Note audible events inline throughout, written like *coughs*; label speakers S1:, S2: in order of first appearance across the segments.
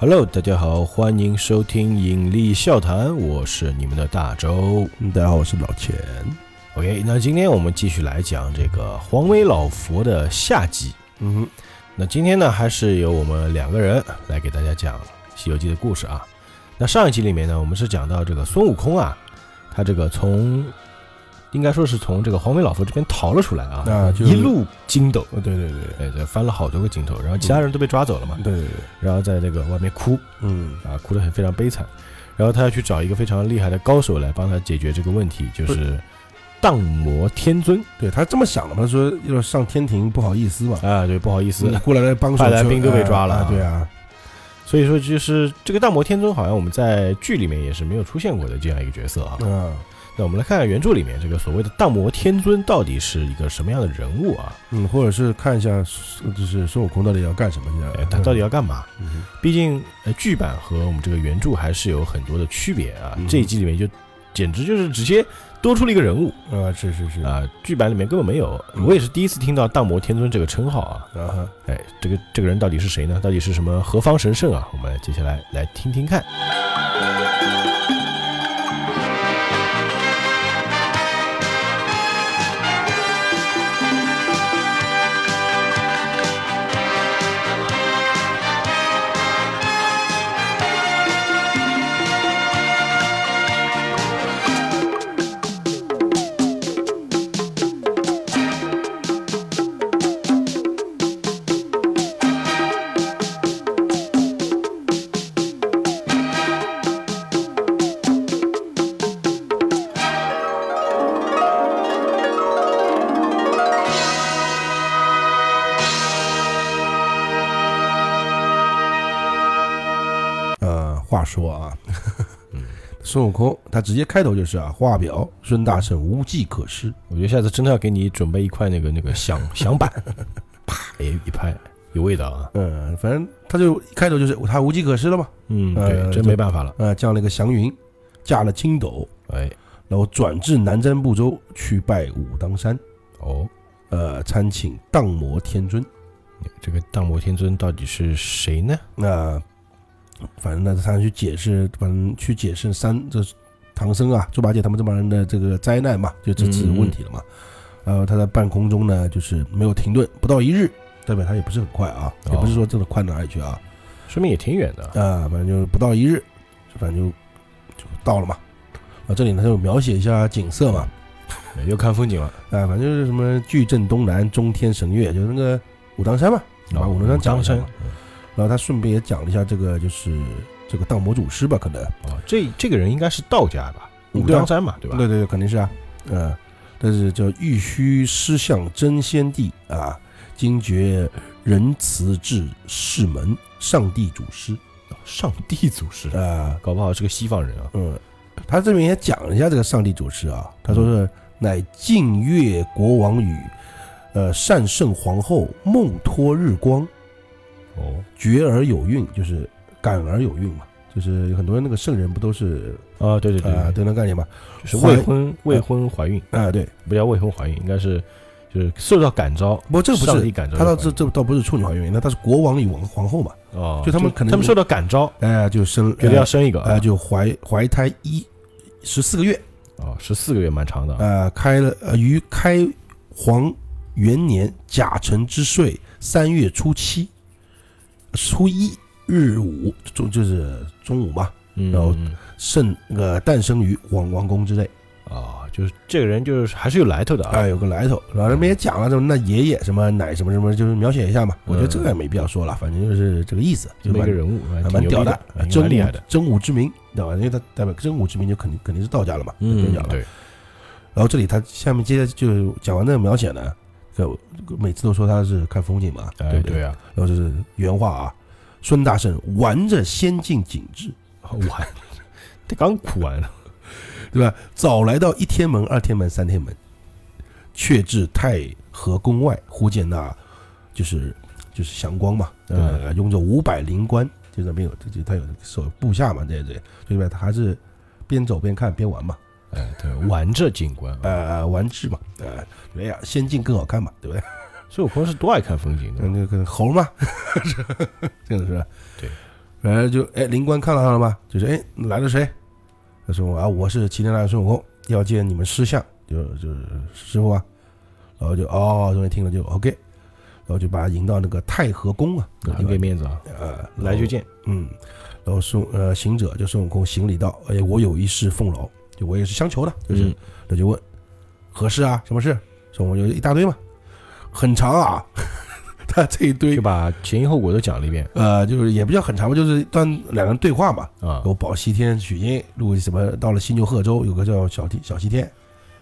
S1: Hello，大家好，欢迎收听《引力笑谈》，我是你们的大周。
S2: 嗯，大家好，我是老钱。
S1: OK，那今天我们继续来讲这个黄眉老佛的下集。
S2: 嗯哼，
S1: 那今天呢，还是由我们两个人来给大家讲《西游记》的故事啊。那上一集里面呢，我们是讲到这个孙悟空啊，他这个从应该说是从这个黄眉老佛这边逃了出来啊，
S2: 那就
S1: 一路筋斗，
S2: 哦，对对对，
S1: 对，这翻了好多个筋斗，然后其他人都被抓走了嘛，
S2: 对对对，
S1: 然后在这个外面哭，
S2: 嗯，
S1: 啊，哭得很非常悲惨。然后他要去找一个非常厉害的高手来帮他解决这个问题，就是荡魔天尊
S2: 对他这么想的嘛，他说要上天庭不好意思嘛，
S1: 啊，对，不好意思。
S2: 你过来的帮手
S1: 快
S2: 就，
S1: 来兵都被
S2: 哎
S1: 抓了
S2: 哎
S1: 啊
S2: 对啊，
S1: 所以说，就是这个荡魔天尊，好像我们在剧里面也是没有出现过的这样一个角色啊。
S2: 嗯
S1: 那我们来看看原著里面这个所谓的荡魔天尊到底是一个什么样的人物啊？
S2: 嗯，或者是看一下，就是孙悟空到底要干什么去
S1: 哎
S2: 了？
S1: 他到底要干嘛？
S2: 嗯，
S1: 毕竟呃，剧版和我们这个原著还是有很多的区别啊。
S2: 嗯
S1: 这一季里面就简直就是直接多出了一个人物
S2: 嗯啊，是是是，
S1: 啊，剧版里面根本没有。
S2: 嗯
S1: 我也是第一次听到荡魔天尊这个称号啊。
S2: 啊哈，
S1: 哎，这个这个人到底是谁呢？到底是什么何方神圣啊？我们接下来来听听看。
S2: 呃，话说啊
S1: 嗯，
S2: 孙悟空他直接开头就是啊，画表孙大圣无计可施，
S1: 我觉得下次真的要给你准备一块那个那个响响板，啪一一拍，有味道啊。
S2: 嗯，反正他就一开头就是他无计可施了嘛，
S1: 嗯，
S2: 呃
S1: 对，真
S2: 就
S1: 没办法了。
S2: 呃，降了个祥云，驾了筋斗，
S1: 哎，
S2: 然后转至南瞻部洲去拜武当山，
S1: 哦，
S2: 呃，参请荡魔天尊。
S1: 这个荡魔天尊到底是谁呢？
S2: 那、反正呢，他去解释，反正去解释三这唐僧啊、猪八戒他们这帮人的这个灾难嘛，就这次问题了嘛。然后他在半空中呢，就是没有停顿，不到一日，代表他也不是很快啊，
S1: 哦
S2: 也不是说真的快到哪里去啊，
S1: 说明也挺远的。
S2: 啊、反正就是不到一日，反正就就到了嘛。啊，这里呢，他就描写一下景色嘛，
S1: 哎又看风景了，
S2: 啊，反正就是什么巨震东南，中天神月，就是那个武当山嘛，把
S1: 哦
S2: 武当山讲一下
S1: 山嗯
S2: 嘛。然后他顺便也讲了一下这个，就是这个荡魔祖师吧，可能，
S1: 哦，这这个人应该是道家吧？
S2: 嗯
S1: 武
S2: 对啊
S1: 当山嘛，对吧？
S2: 对对对，肯定是啊，嗯，但是叫玉虚师相真仙帝啊，惊觉仁慈至世门上帝祖师
S1: 上帝祖师，
S2: 啊，
S1: 搞不好是个西方人啊。
S2: 嗯，他这边也讲了一下这个上帝祖师啊，他说是乃净月国王与呃善圣皇后梦托日光。
S1: 哦，
S2: 觉而有孕，就是感而有孕嘛，就是很多那个圣人不都是
S1: 啊，对对对
S2: 啊，
S1: 对，
S2: 都能概念嘛？
S1: 就是未
S2: 怀
S1: 婚未婚怀孕，
S2: 啊，对，
S1: 不叫未婚怀孕，应该是就是受到感召，
S2: 不过这个不
S1: 上帝
S2: 是，
S1: 感召
S2: 他
S1: 的
S2: 倒
S1: 怀
S2: 这
S1: 孕
S2: 这倒不是处女怀孕，那他是国王与王皇后嘛，
S1: 哦，
S2: 就他们可能
S1: 他们受到感召，
S2: 哎，就生，
S1: 觉得要
S2: 哎
S1: 生一个，啊
S2: 哎，就怀怀胎一十四个月，
S1: 哦，十四个月蛮长的啊，
S2: 呃，开了呃于开皇元年甲辰之岁三月初七，初一日午中就是中午嘛，
S1: 嗯
S2: 然后
S1: 嗯
S2: 圣那个诞生于王王宫之内。
S1: 哦，就是这个人就是还是有来头的啊，
S2: 哎，有个来头，然后人们也讲了，什么那爷爷什么奶什么什么，就是描写一下嘛。我觉得这个也没必要说了，反正就是这个意思，
S1: 这
S2: 就
S1: 么一嗯个
S2: 蛮
S1: 人物，还
S2: 还
S1: 挺
S2: 蛮
S1: 牛
S2: 屌
S1: 逼的
S2: 的，哎
S1: 还挺
S2: 真
S1: 蛮厉害的
S2: 武，真武之名，对吧？因为他代表真武之名，就肯定肯定是道家了嘛，就不
S1: 嗯
S2: 用讲，了。
S1: 对，
S2: 然后这里他下面接着就讲完那个描写呢，就每次都说他是看风景嘛，
S1: 哎
S2: 对不
S1: 对？啊，
S2: 然后就是原话啊，孙大圣玩着仙境景致，
S1: 完， *laughs* 这刚哭完了，
S2: 对吧？早来到一天门、二天门、三天门，却至太和宫外，忽见那就是就是祥光嘛，
S1: 嗯
S2: 呃，拥着五百灵官，就是没有，就他有手部下嘛，这这，所以吧，他还是边走边看边玩嘛，
S1: 哎，对，玩这景观啊，
S2: 呃，玩智嘛，呃，哎呀，仙境更好看嘛，对不对？
S1: 孙悟空是多爱看风景的
S2: 嗯，那个猴嘛， *laughs* 这个是吧
S1: 对，
S2: 然后就哎，灵官看到他了吗？就是哎，来了谁？他说啊，我是齐天大圣孙悟空，要见你们师相，就就是师傅啊。然后就哦，终于听了就 OK，然后就把他引到那个太和宫啊，
S1: 很给面子啊，
S2: 呃
S1: 来就，见，
S2: 然后嗯，然后孙呃行者就孙悟空行礼道，哎，我有一事奉劳，就我也是相求的，就是
S1: 嗯
S2: 他就问何事啊？什么事？孙悟空就一大堆嘛，很长啊，他这一堆
S1: 就把前因后果都讲了一遍
S2: 呃，就是也不叫很长吧，就是当两人对话嘛，
S1: 啊，
S2: 有保西天取经，路什么到了西牛贺州，有个叫小天小西天，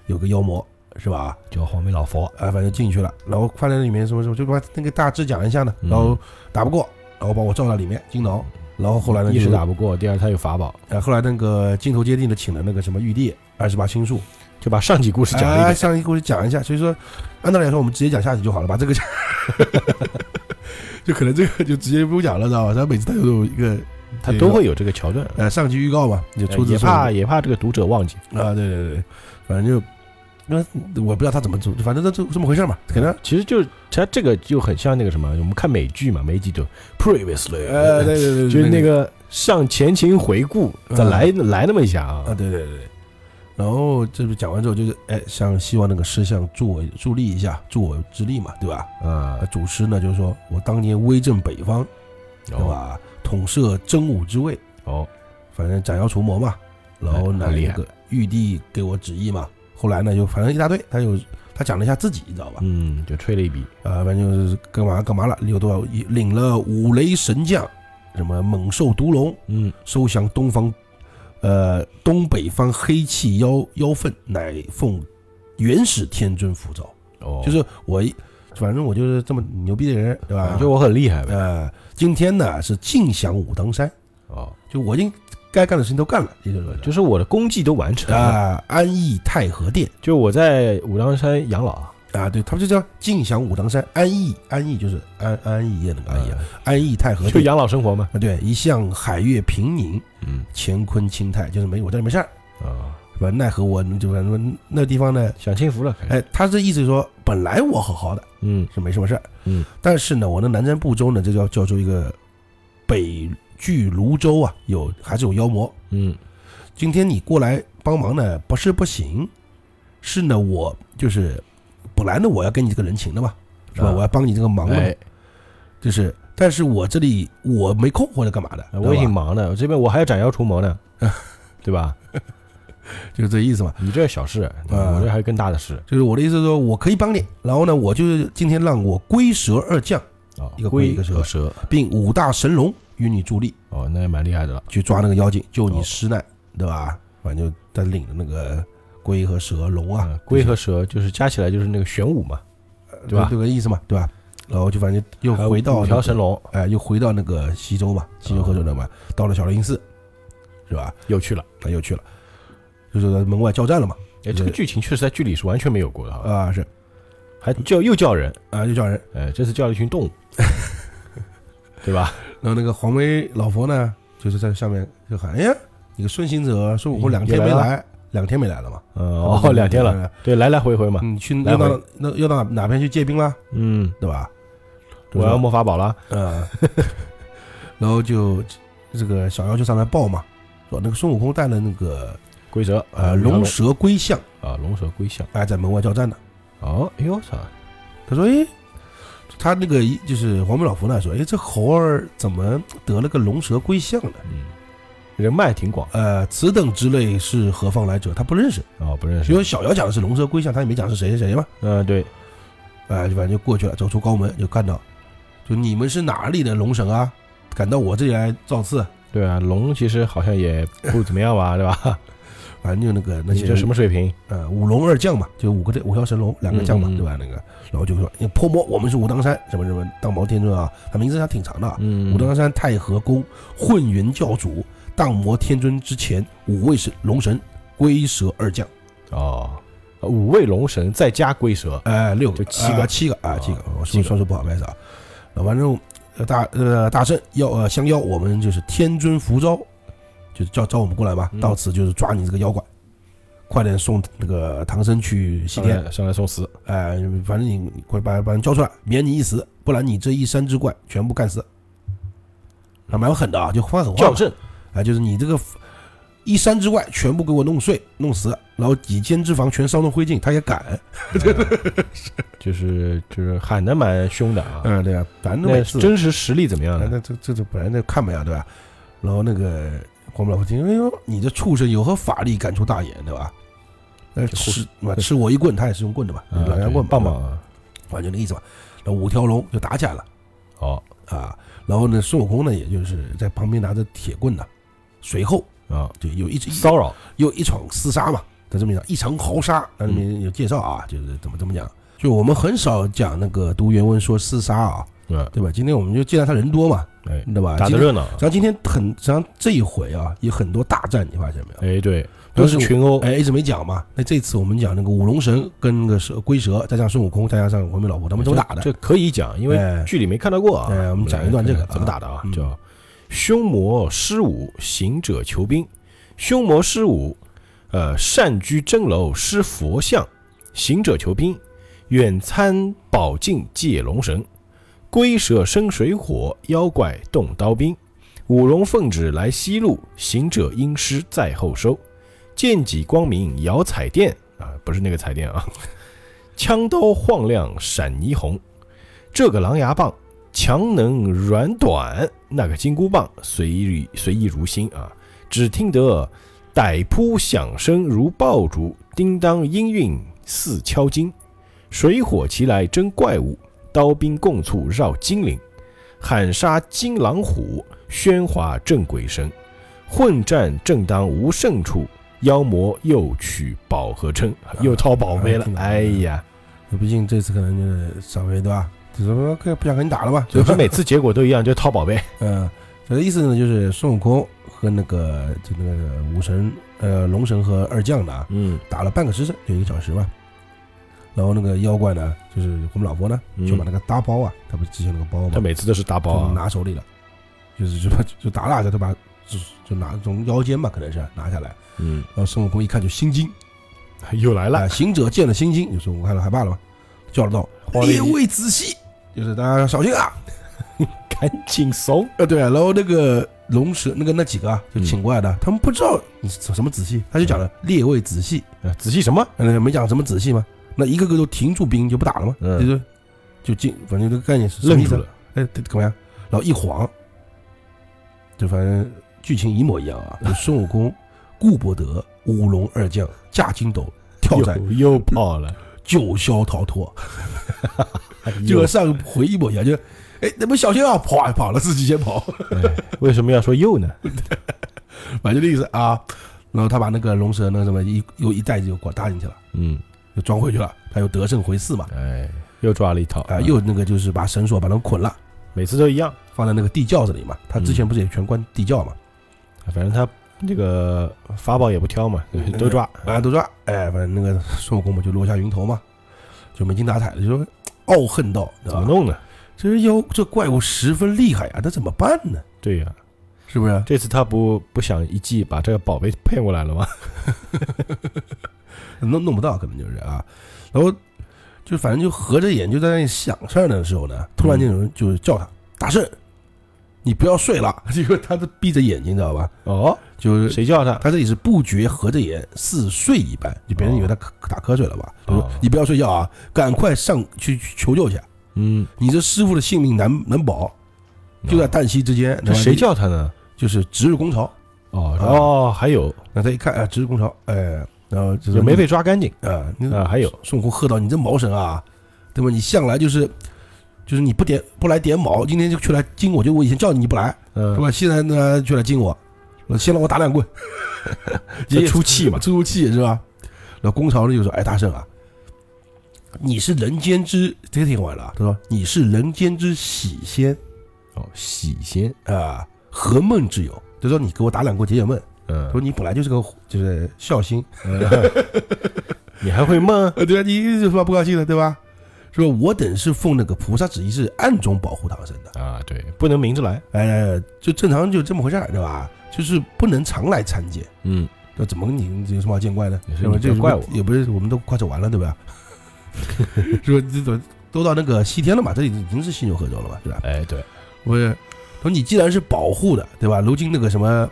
S2: 有个妖魔是吧？
S1: 叫黄眉老佛，
S2: 啊、反正进去了，然后放在里面什么什么，就把那个大致讲一下呢，
S1: 嗯
S2: 然后打不过，然后把我罩到里面金挠，然后后来呢
S1: 一
S2: 就是
S1: 打不过，第二他有法宝，
S2: 呃，后来那个金头接地呢，请了那个什么玉帝二十八星宿，
S1: 就把上集故事讲了一
S2: 哎，
S1: 遍，
S2: 上一个故事讲一下，所以说按道理来说，我们直接讲下集就好了，把这个 *laughs* 讲，就可能这个就直接不讲了，知道吧？他每次他都有一个。
S1: 他都会有这个桥段，啊
S2: 呃上集预告嘛，就出自
S1: 也怕也怕这个读者忘记。
S2: 啊，对对对，反正就那我不知道他怎么做，反正他就这么回事嘛，可能
S1: 其实就是他这个就很像那个什么，我们看美剧嘛，每一集都 previously，
S2: 呃，对对对，嗯
S1: 就是那个上前情回顾，再来来那么一下
S2: 啊，
S1: 啊，
S2: 对对对。然后这不讲完之后，就是哎，想希望那个师相助我助力一下，助我之力嘛，对吧？
S1: 啊
S2: 啊，，祖师呢就是说我当年威震北方，对
S1: 哦？
S2: 吧？统摄真武之位，
S1: 哦，
S2: 反正斩妖除魔嘛。然后
S1: 哎
S2: 呢，
S1: 很厉
S2: 那
S1: 害
S2: 个玉帝给我旨意嘛。后来呢，就反正一大堆，他有他讲了一下自己，你知道吧？
S1: 嗯，就吹了一笔，
S2: 呃，反正就是干嘛干嘛了，有多少领了五雷神将，什么猛兽毒龙，
S1: 嗯，
S2: 收降东方，呃东北方黑气妖妖分，乃奉元始天尊符咒，
S1: 哦，
S2: 就是我一，反正我就是这么牛逼的人，对吧？
S1: 啊就
S2: 就
S1: 我很厉害呗，
S2: 呃，今天呢是尽享武当山，
S1: 哦，
S2: 就我已经该干的事情都干了，也就是说
S1: 就是我的功绩都完成了，
S2: 啊、安逸太和殿
S1: 就我在武当山养老啊，
S2: 啊、对他们就叫尽享武当山，安逸安逸就是安安逸夜那个安逸啊，安逸太和
S1: 哎就
S2: 殿。
S1: 养老生活嘛，
S2: 啊，对，一向海月平宁，
S1: 嗯
S2: 乾坤清泰，就是没我这里没事儿，
S1: 啊，
S2: 是吧？奈何我就反正那地方呢，
S1: 享清福了，开始
S2: 哎，他这意思说，本来我好好的，
S1: 嗯
S2: 是没什么事儿，
S1: 嗯，
S2: 但是呢，我的南瞻部洲呢，这叫叫做一个北距泸州啊，有还是有妖魔。
S1: 嗯，
S2: 今天你过来帮忙呢，不是不行，是呢，我就是本来呢，我要跟你这个人情的嘛，是吧？
S1: 啊
S2: 我要帮你这个忙的嘛，
S1: 哎，
S2: 就是，但是我这里我没空或者干嘛的，
S1: 啊我也
S2: 知道
S1: 挺
S2: 吧
S1: 忙的，我这边我还要斩妖除魔 *laughs* 呢，对吧？
S2: 就是这意思嘛。
S1: 你这小事，我这还有更大的事
S2: 就是我的意思是说，我可以帮你，然后呢，我就是今天让我龟蛇二将
S1: 啊，
S2: 一个龟
S1: 龟
S2: 一个蛇
S1: 和蛇，
S2: 并五大神龙与你助力，
S1: 哦，那也蛮厉害的了，
S2: 去抓那个妖精，救你
S1: 哦
S2: 师难，对吧？反正就他领着那个龟和蛇龙啊
S1: 嗯，龟和蛇就是加起来就是那个玄武嘛，
S2: 就是
S1: 对吧
S2: 这个意思嘛，对吧？然后就反正又
S1: 还有
S2: 回到
S1: 五
S2: 那
S1: 条
S2: 个
S1: 神，龙，
S2: 哎，又回到那个西周嘛，西周河州那嘛，到了小雷音寺，是吧？
S1: 又去了。
S2: 他又去了，就是在门外交战了嘛，
S1: 哎，这个
S2: 对
S1: 剧情确实在剧里是完全没有过的哈，
S2: 啊是
S1: 还叫又叫人，
S2: 啊，又叫人，
S1: 哎，这次叫了一群 *laughs* 动物，对吧？
S2: 然后那个黄眉老佛呢，就是在下面就喊，哎呀，你个孙行者，孙悟空两天没
S1: 也来
S2: 来，两天没来了嘛，
S1: 嗯，哦，两天了，，对，来来回回嘛，
S2: 嗯你去
S1: 来
S2: 又到
S1: 回
S2: 那又到哪哪边去借兵啦，
S1: 嗯，
S2: 对吧？
S1: 我要魔法宝了，
S2: 啊， *laughs* 然后就这个小妖就上来报嘛，说那个孙悟空带了那个
S1: 龟蛇，
S2: 呃
S1: 五条
S2: 龙蛇龟象，
S1: 啊，龙蛇龟象，
S2: 哎，在门外交战呢。
S1: 哦，哎呦，操，
S2: 他说，哎，他那个一就是黄眉老夫呢说，哎，这猴儿怎么得了个龙蛇龟象呢？
S1: 嗯，人脉挺广
S2: 呃，此等之类是何方来者？他不认识，
S1: 哦，不认
S2: 因
S1: 识，
S2: 为小妖讲的是龙蛇龟象，他也没讲是谁谁谁嘛。
S1: 嗯，对，
S2: 哎，就反正就过去了，走出高门就看到，就你们是哪里的龙神啊？敢到我这里来造次？
S1: 对啊，龙其实好像也不怎么样吧，对 *coughs* 吧？
S2: 反正就那个那
S1: 你
S2: 些
S1: 这什么水平？
S2: 呃，五龙二将嘛，就五个这五条神龙，两个将嘛，
S1: 嗯嗯嗯
S2: 对吧？那个，然后就说，你泼魔，我们是武当山什么什么荡毛天尊啊，他名字还挺长的啊。
S1: 嗯，
S2: 武当山太和宫混元教主荡魔天尊之前，五位是龙神龟蛇二将，
S1: 哦，哦呃五位龙神再加龟蛇，
S2: 哎，六
S1: 就
S2: 个，
S1: 七个
S2: 啊七个啊，
S1: 啊
S2: 七个，我
S1: 七
S2: 说
S1: 个
S2: 双手不好，不好意思啊。呃完之后，呃大呃大圣要呃降妖，我们就是天尊符招，就是叫找我们过来吧
S1: 嗯，
S2: 到此就是抓你这个妖怪，快点送那个唐僧去西
S1: 上
S2: 天，
S1: 来上来送死，
S2: 哎，反正你你快把把人交出来，免你一死，不然你这一山之怪全部干死。啊，蛮狠的啊，就话很话
S1: 校
S2: 嘛，
S1: 正，
S2: 啊，就是你这个一山之怪全部给我弄碎、弄死，然后几间之房全烧成灰烬，他也敢。
S1: 啊嗯就是就是喊的蛮凶的啊。
S2: 嗯，对啊，反正
S1: 那
S2: 每次
S1: 真实实力怎么样呢？
S2: 那
S1: 啊
S2: 那这这这本来那看不呀，对吧？然后那个我们老婆听，哎呦，你这畜生有何法力，敢出大言，对吧？那
S1: 这畜
S2: 吃嘛吃我一棍，他也是用棍的吧？
S1: 啊
S2: 老娘
S1: 对
S2: 棍嘛
S1: 棒棒，啊！
S2: 反正就那意思吧。那五条龙就打起来了
S1: 好
S2: 啊。然后呢，孙悟空呢，也就是在旁边拿着铁棍呢，随后
S1: 啊，
S2: 就有一一
S1: 骚扰，
S2: 又一场厮杀嘛，在这么讲一场豪杀，那里面有介绍啊，
S1: 嗯
S2: 就是怎么怎么讲。就我们很少讲那个读原文说厮杀啊，
S1: 嗯，
S2: 对吧？今天我们就既然他人多嘛，
S1: 哎，
S2: 对吧？
S1: 打
S2: 嗯今
S1: 得
S2: 天
S1: 热闹啊
S2: 实，际上今天很，实际上这一回啊，有很多大战，你发现没有？
S1: 哎，对，都是
S2: 但是
S1: 群殴，
S2: 哎，一直没讲嘛。那这次我们讲那个五龙神跟那个蛇龟蛇，再加上孙悟空，再加上黄眉老婆，他们怎么打的？
S1: 这可以讲，因为
S2: 哎
S1: 剧里没看到过啊。
S2: 哎我们讲一段这个啊
S1: 怎么打的啊？
S2: 嗯
S1: 叫凶魔施武，行者求兵。凶魔施武，呃，善居真楼施佛像，行者求兵，远参宝镜借龙神，龟蛇生水火，妖怪动刀兵。五龙奉旨来西路，行者因师在后收。剑戟光明摇彩电啊，不是那个彩电啊， *laughs* 枪刀晃亮闪霓虹。这个狼牙棒强能软短，那个金箍棒随意随意如新啊！只听得歹扑响声如爆竹，叮当音韵似敲金。水火齐来争怪物，刀兵共促绕金鳞。喊杀金狼虎，喧哗震鬼神。混战正当无胜处，妖魔又取饱和称，又掏宝 *laughs* 贝了
S2: 啊。
S1: 哎呀，
S2: 毕竟这次可能就是稍微对吧？就是说可以不想跟你打了吧？
S1: 总之每次结果都一样，就掏宝贝。
S2: *laughs* 嗯，这个意思呢，就是孙悟空和那个就那个武神呃龙神和二将呢
S1: 嗯
S2: 打了半个时辰，有一个小时吧。然后那个妖怪呢，就是我们老婆呢，就把那个大包啊，他不是之前那个包
S1: 嗯他
S2: 吗？
S1: 每次都是打包
S2: 就
S1: 啊，
S2: 拿手里了，就是就把 *laughs* 就打打着，他把就就拿从腰间吧，可能是拿下来。
S1: 嗯，哎
S2: 然后孙悟空一看就心惊，
S1: *laughs* 又来
S2: 啊，
S1: 了，
S2: 行者见了心惊，就孙悟空看了害怕了嘛，叫了道
S1: 慌：“了一
S2: 列
S1: 激
S2: 位仔细，就是大家小心啊
S1: 赶紧怂！！”
S2: 呃，对啊，然后那个龙蛇那个那几个啊，
S1: 嗯
S2: 就请过来的，他们不知道你是什么仔细，他就讲了列位仔细，
S1: 呃仔细什么？
S2: 呃，没讲什么仔细嘛，那一个个都停住兵就不打了嘛，
S1: 嗯
S2: 就是就进，反正这个概念是
S1: 愣住，了，
S2: 哎，对怎么样？然后一晃，就反正剧情一模一样啊。就孙悟空、顾不得、五龙二将驾筋斗跳伞
S1: 又又跑了， *laughs*
S2: 九霄逃脱，就
S1: 哎又
S2: 和上回一模一样。就哎，你们小心啊，跑啊跑了，自己先跑， *laughs*
S1: 哎为什么要说又呢？
S2: 反正就这意思啊。然后他把那个龙蛇那什么一又一袋子又给我搭进去了，
S1: *laughs* 嗯，
S2: 又装回去了。他又得胜回四嘛，
S1: 哎，又抓了一套
S2: 啊，又那个就是把绳索把他们捆了，
S1: 每次都一样，
S2: 放在那个地窖子里嘛。他之前不是也全关地窖嘛？
S1: 反正他这个法宝也不挑嘛，都抓。
S2: 啊，都抓，哎，反正那个孙悟空嘛就落下云头嘛，就没精打采的，就说傲恨道，
S1: 怎么
S2: 对吧？
S1: 弄呢？
S2: 这妖这怪物十分厉害啊，那怎么办呢？
S1: 对呀、
S2: 是不是？
S1: 这次他不不想一记把这个宝贝骗过来了吗？
S2: 弄弄不到，可能就是啊。然后就反正就合着眼就在那里想事儿的时候呢，突然间有人就叫他大圣，你不要睡了， *laughs* 结果他都闭着眼睛，知道吧？
S1: *laughs* 哦，
S2: 就是
S1: 谁叫他？
S2: 他这里是不觉合着眼似睡一般，就别人以为他咳打瞌睡了吧？他说
S1: 哦
S2: 你不要睡觉啊，赶快上去去求救去。
S1: 嗯，
S2: 你这师傅的性命难难保，就在旦夕之间。
S1: 这谁？叫他呢？
S2: 就是值日公曹。
S1: 哦哦，还有
S2: 那他一看，哎，值日公曹，哎，然后就是
S1: 也没被抓干净
S2: 啊，你
S1: 啊，还有
S2: 孙悟空喝道：“你这毛神啊，对吧？你向来就是就是你不点不来点卯，今天就去来惊我，就我以前叫你你不来，是
S1: 嗯，
S2: 吧？现在呢就来惊我，先让我打
S1: *laughs*
S2: 两棍，
S1: 这
S2: 也
S1: 出气嘛，
S2: 出出气是吧？”然后公曹呢就说：“哎，大圣啊。”你是人间之，这个挺好玩的啊。他说你是人间之喜仙，
S1: 哦，喜仙
S2: 啊、何梦之友，就说你给我打两棍解解闷，
S1: 嗯
S2: 说你本来就是个就是
S1: *laughs*
S2: 孝心，
S1: 嗯，你还会梦？
S2: 呃，对啊，你有什么不高兴的，对吧？说我等是奉那个菩萨旨意，是暗中保护唐僧的。
S1: 啊，对，不能明着来。
S2: 哎，就正常就这么回事儿，对吧？就是不能常来参见，
S1: 嗯，
S2: 那怎么你你有什么好见怪的
S1: 也？是
S2: 对吧？
S1: 你
S2: 这
S1: 在怪
S2: 不
S1: 我
S2: 也不是，我们都快走完了，对
S1: *laughs*
S2: 吧？是吧？这都都到那个西天了嘛，这已经是西牛贺州了嘛，对吧？
S1: 哎，对，
S2: 不是，说你既然是保护的，对吧？如今那个什么，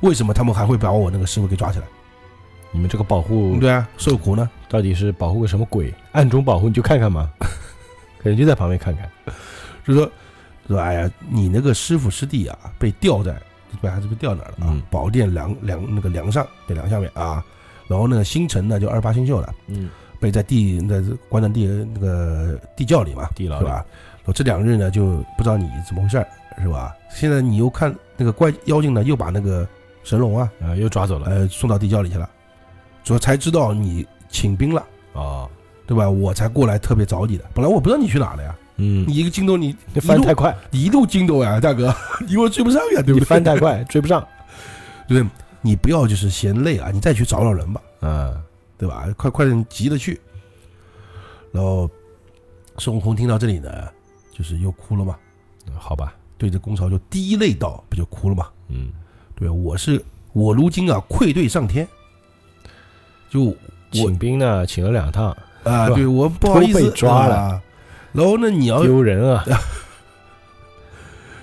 S2: 为什么他们还会把我那个师傅给抓起来？
S1: 你们这个保护
S2: 对啊，受苦呢？
S1: 到底是保护个什么鬼？暗中保护你就看看 *laughs* 嘛，可能就在旁边看看。
S2: 就说说，哎呀，你那个师傅师弟啊，被吊在对吧？还是被吊哪儿了啊？
S1: 嗯
S2: 宝殿梁梁那个梁上，对梁下面啊。然后那个星辰呢，就二十八星宿了，
S1: 嗯，
S2: 被在地那关在地那个地窖里嘛，
S1: 地牢
S2: 是
S1: 里
S2: 吧？我这两日呢，就不知道你怎么回事儿，是吧？现在你又看那个怪妖精呢，又把那个神龙啊，
S1: 啊，又抓走了。
S2: 呃，送到地窖里去了，所以才知道你请兵了，
S1: 哦，
S2: 对吧？我才过来特别找你的，本来我不知道你去哪了呀，
S1: 嗯，
S2: 你一个筋斗你
S1: 你
S2: 一
S1: 翻
S2: 路
S1: 太快，
S2: 你一路筋斗呀，大哥， *laughs* 你我追不上呀，对不
S1: 你
S2: 对？
S1: 翻太 *laughs* 快，追不上。
S2: 对， *laughs* 你不要就是嫌累啊，你再去找找人吧，
S1: 嗯，
S2: 对吧？快快点，急着去。然后孙悟空听到这里呢，就是又哭了嘛，
S1: 好吧，
S2: 对着宫曹就第一泪道，不就哭了嘛？
S1: 嗯，
S2: 对，我是我如今啊愧对上天，就我
S1: 请兵呢，请了两趟，
S2: 啊，
S1: 是吧
S2: 对我不好意思
S1: 都被抓了
S2: 啊然后呢，你要
S1: 丢人啊！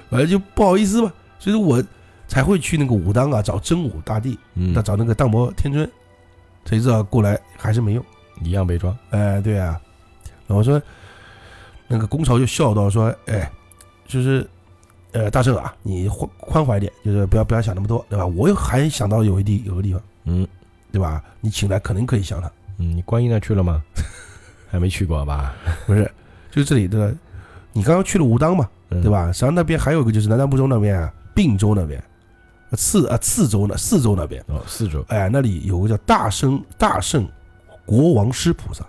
S2: 反正就不好意思吧，所以说我才会去那个武当啊找真武大帝，
S1: 嗯
S2: 那，找那个荡伯天尊，谁知道过来还是没用。
S1: 一样被抓。
S2: 哎，对啊，然后说那个公曹就笑道说，哎，就是呃大圣啊，你宽宽怀点，就是不要不要想那么多，对吧？我有还想到有一地有个地方，
S1: 嗯
S2: 对吧？你请来肯定可以想他。
S1: 嗯，你观音那去了 *laughs* 吗？还没去过吧？
S2: 不是，就是这里的，你刚刚去了吴当嘛，
S1: 嗯
S2: 对？吧？实际上那边还有一个就是南瞻部洲那边啊，并州那边，呃次啊次州那四州那边，
S1: 哦，四周。
S2: 哎，那里有个叫大圣大圣国王师菩萨，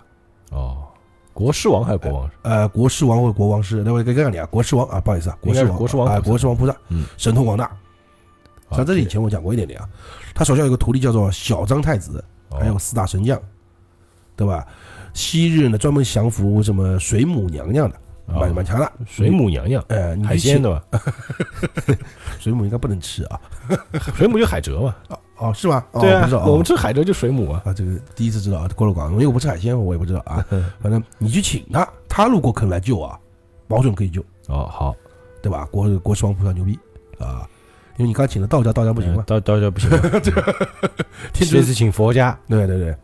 S1: 哦，国师王还是国王？
S2: 呃，国师王或者国王师，那我跟跟你啊，国师王啊，不好意思啊，国师
S1: 应该
S2: 王，
S1: 是国师王
S2: 啊，
S1: 菩萨
S2: 国师王菩萨，
S1: 嗯，
S2: 神通广大。
S1: 啊
S2: 实际上这里以前我讲过一点点啊，他手下有个徒弟叫做小张太子，
S1: 哦
S2: 还有四大神将，对吧？昔日呢专门降服什么水母娘娘的，
S1: 哦
S2: 满满强的，
S1: 水母娘娘，
S2: 呃，你去
S1: 海鲜
S2: 请
S1: 的吧？
S2: 水母应该不能吃啊。
S1: 水母就海蜇嘛。
S2: 哦哦，是吗？哦
S1: 对
S2: 我
S1: 啊
S2: 不知道，
S1: 我
S2: 哦
S1: 们吃海蜇就水母啊。
S2: 啊，这个第一次知道啊，郭了广，因为我不吃海鲜，我也不知道啊。反正你去请他，他如果肯来救啊，保准可以救，
S1: 哦，好，
S2: 对吧？国国师王菩萨牛逼啊！因为你刚请的道家，道家不行嘛
S1: *laughs* 呃，到到这不行了，
S2: 天
S1: 这
S2: 尊
S1: 次请佛家。
S2: 对对对，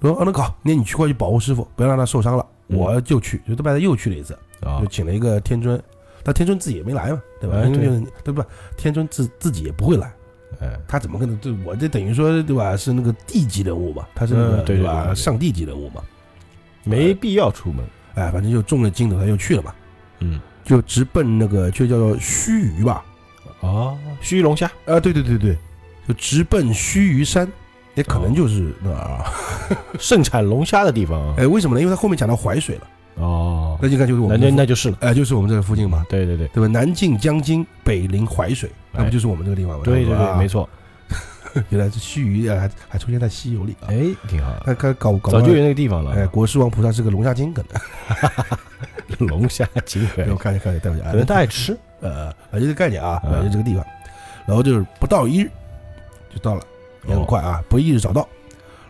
S2: 我说啊，那搞，那你去快去保护师傅，不要让他受伤了。
S1: 嗯
S2: 我就去，就他妈的又去了一次，
S1: 啊
S2: 就，请了一个天尊，但天尊自己也没来嘛，对吧？
S1: 哎
S2: 因为
S1: 对
S2: 就是对吧？天尊自自己也不会来，
S1: 哎，
S2: 他怎么可能？对我这等于说对吧？是那个地级人物嘛，他是那个、
S1: 嗯对对对
S2: 吧？
S1: 对对
S2: 上帝级人物嘛，
S1: 没必要出门。
S2: 哎，反正就中了镜头，他又去了嘛，
S1: 嗯，
S2: 就直奔那个就叫做须臾吧，
S1: 哦，须龙虾。
S2: 啊，对对对对，就直奔须臾山，也可能就是
S1: 哦
S2: 那儿啊，
S1: 盛产龙虾的地方啊。
S2: 哎，为什么呢？因为他后面讲到淮水了，
S1: 哦，
S2: 那就看就是我
S1: 那
S2: 们
S1: 那
S2: 这附，
S1: 那就是了。
S2: 哎，就是我们这个附近嘛，
S1: 对对对
S2: 对吧？南晋江津，北临淮水，那不
S1: 哎
S2: 就是我们这个地方吗？
S1: 对对对，没错。
S2: 错。啊原来是须臾啊，还还出现在西游里啊，
S1: 哎，挺好的，
S2: 他他搞搞
S1: 早就
S2: 到
S1: 有啊那个地方了。
S2: 哎，国师王菩萨是个龙虾精，可能
S1: *laughs* 龙虾精
S2: 哎我看一下看一下，待会儿啊
S1: 可能他爱吃。
S2: 呃，反正这个概念啊，
S1: 嗯
S2: 反正这个地方，然后就是不到一日就到了，也很快
S1: 哦
S2: 啊，不一日找到。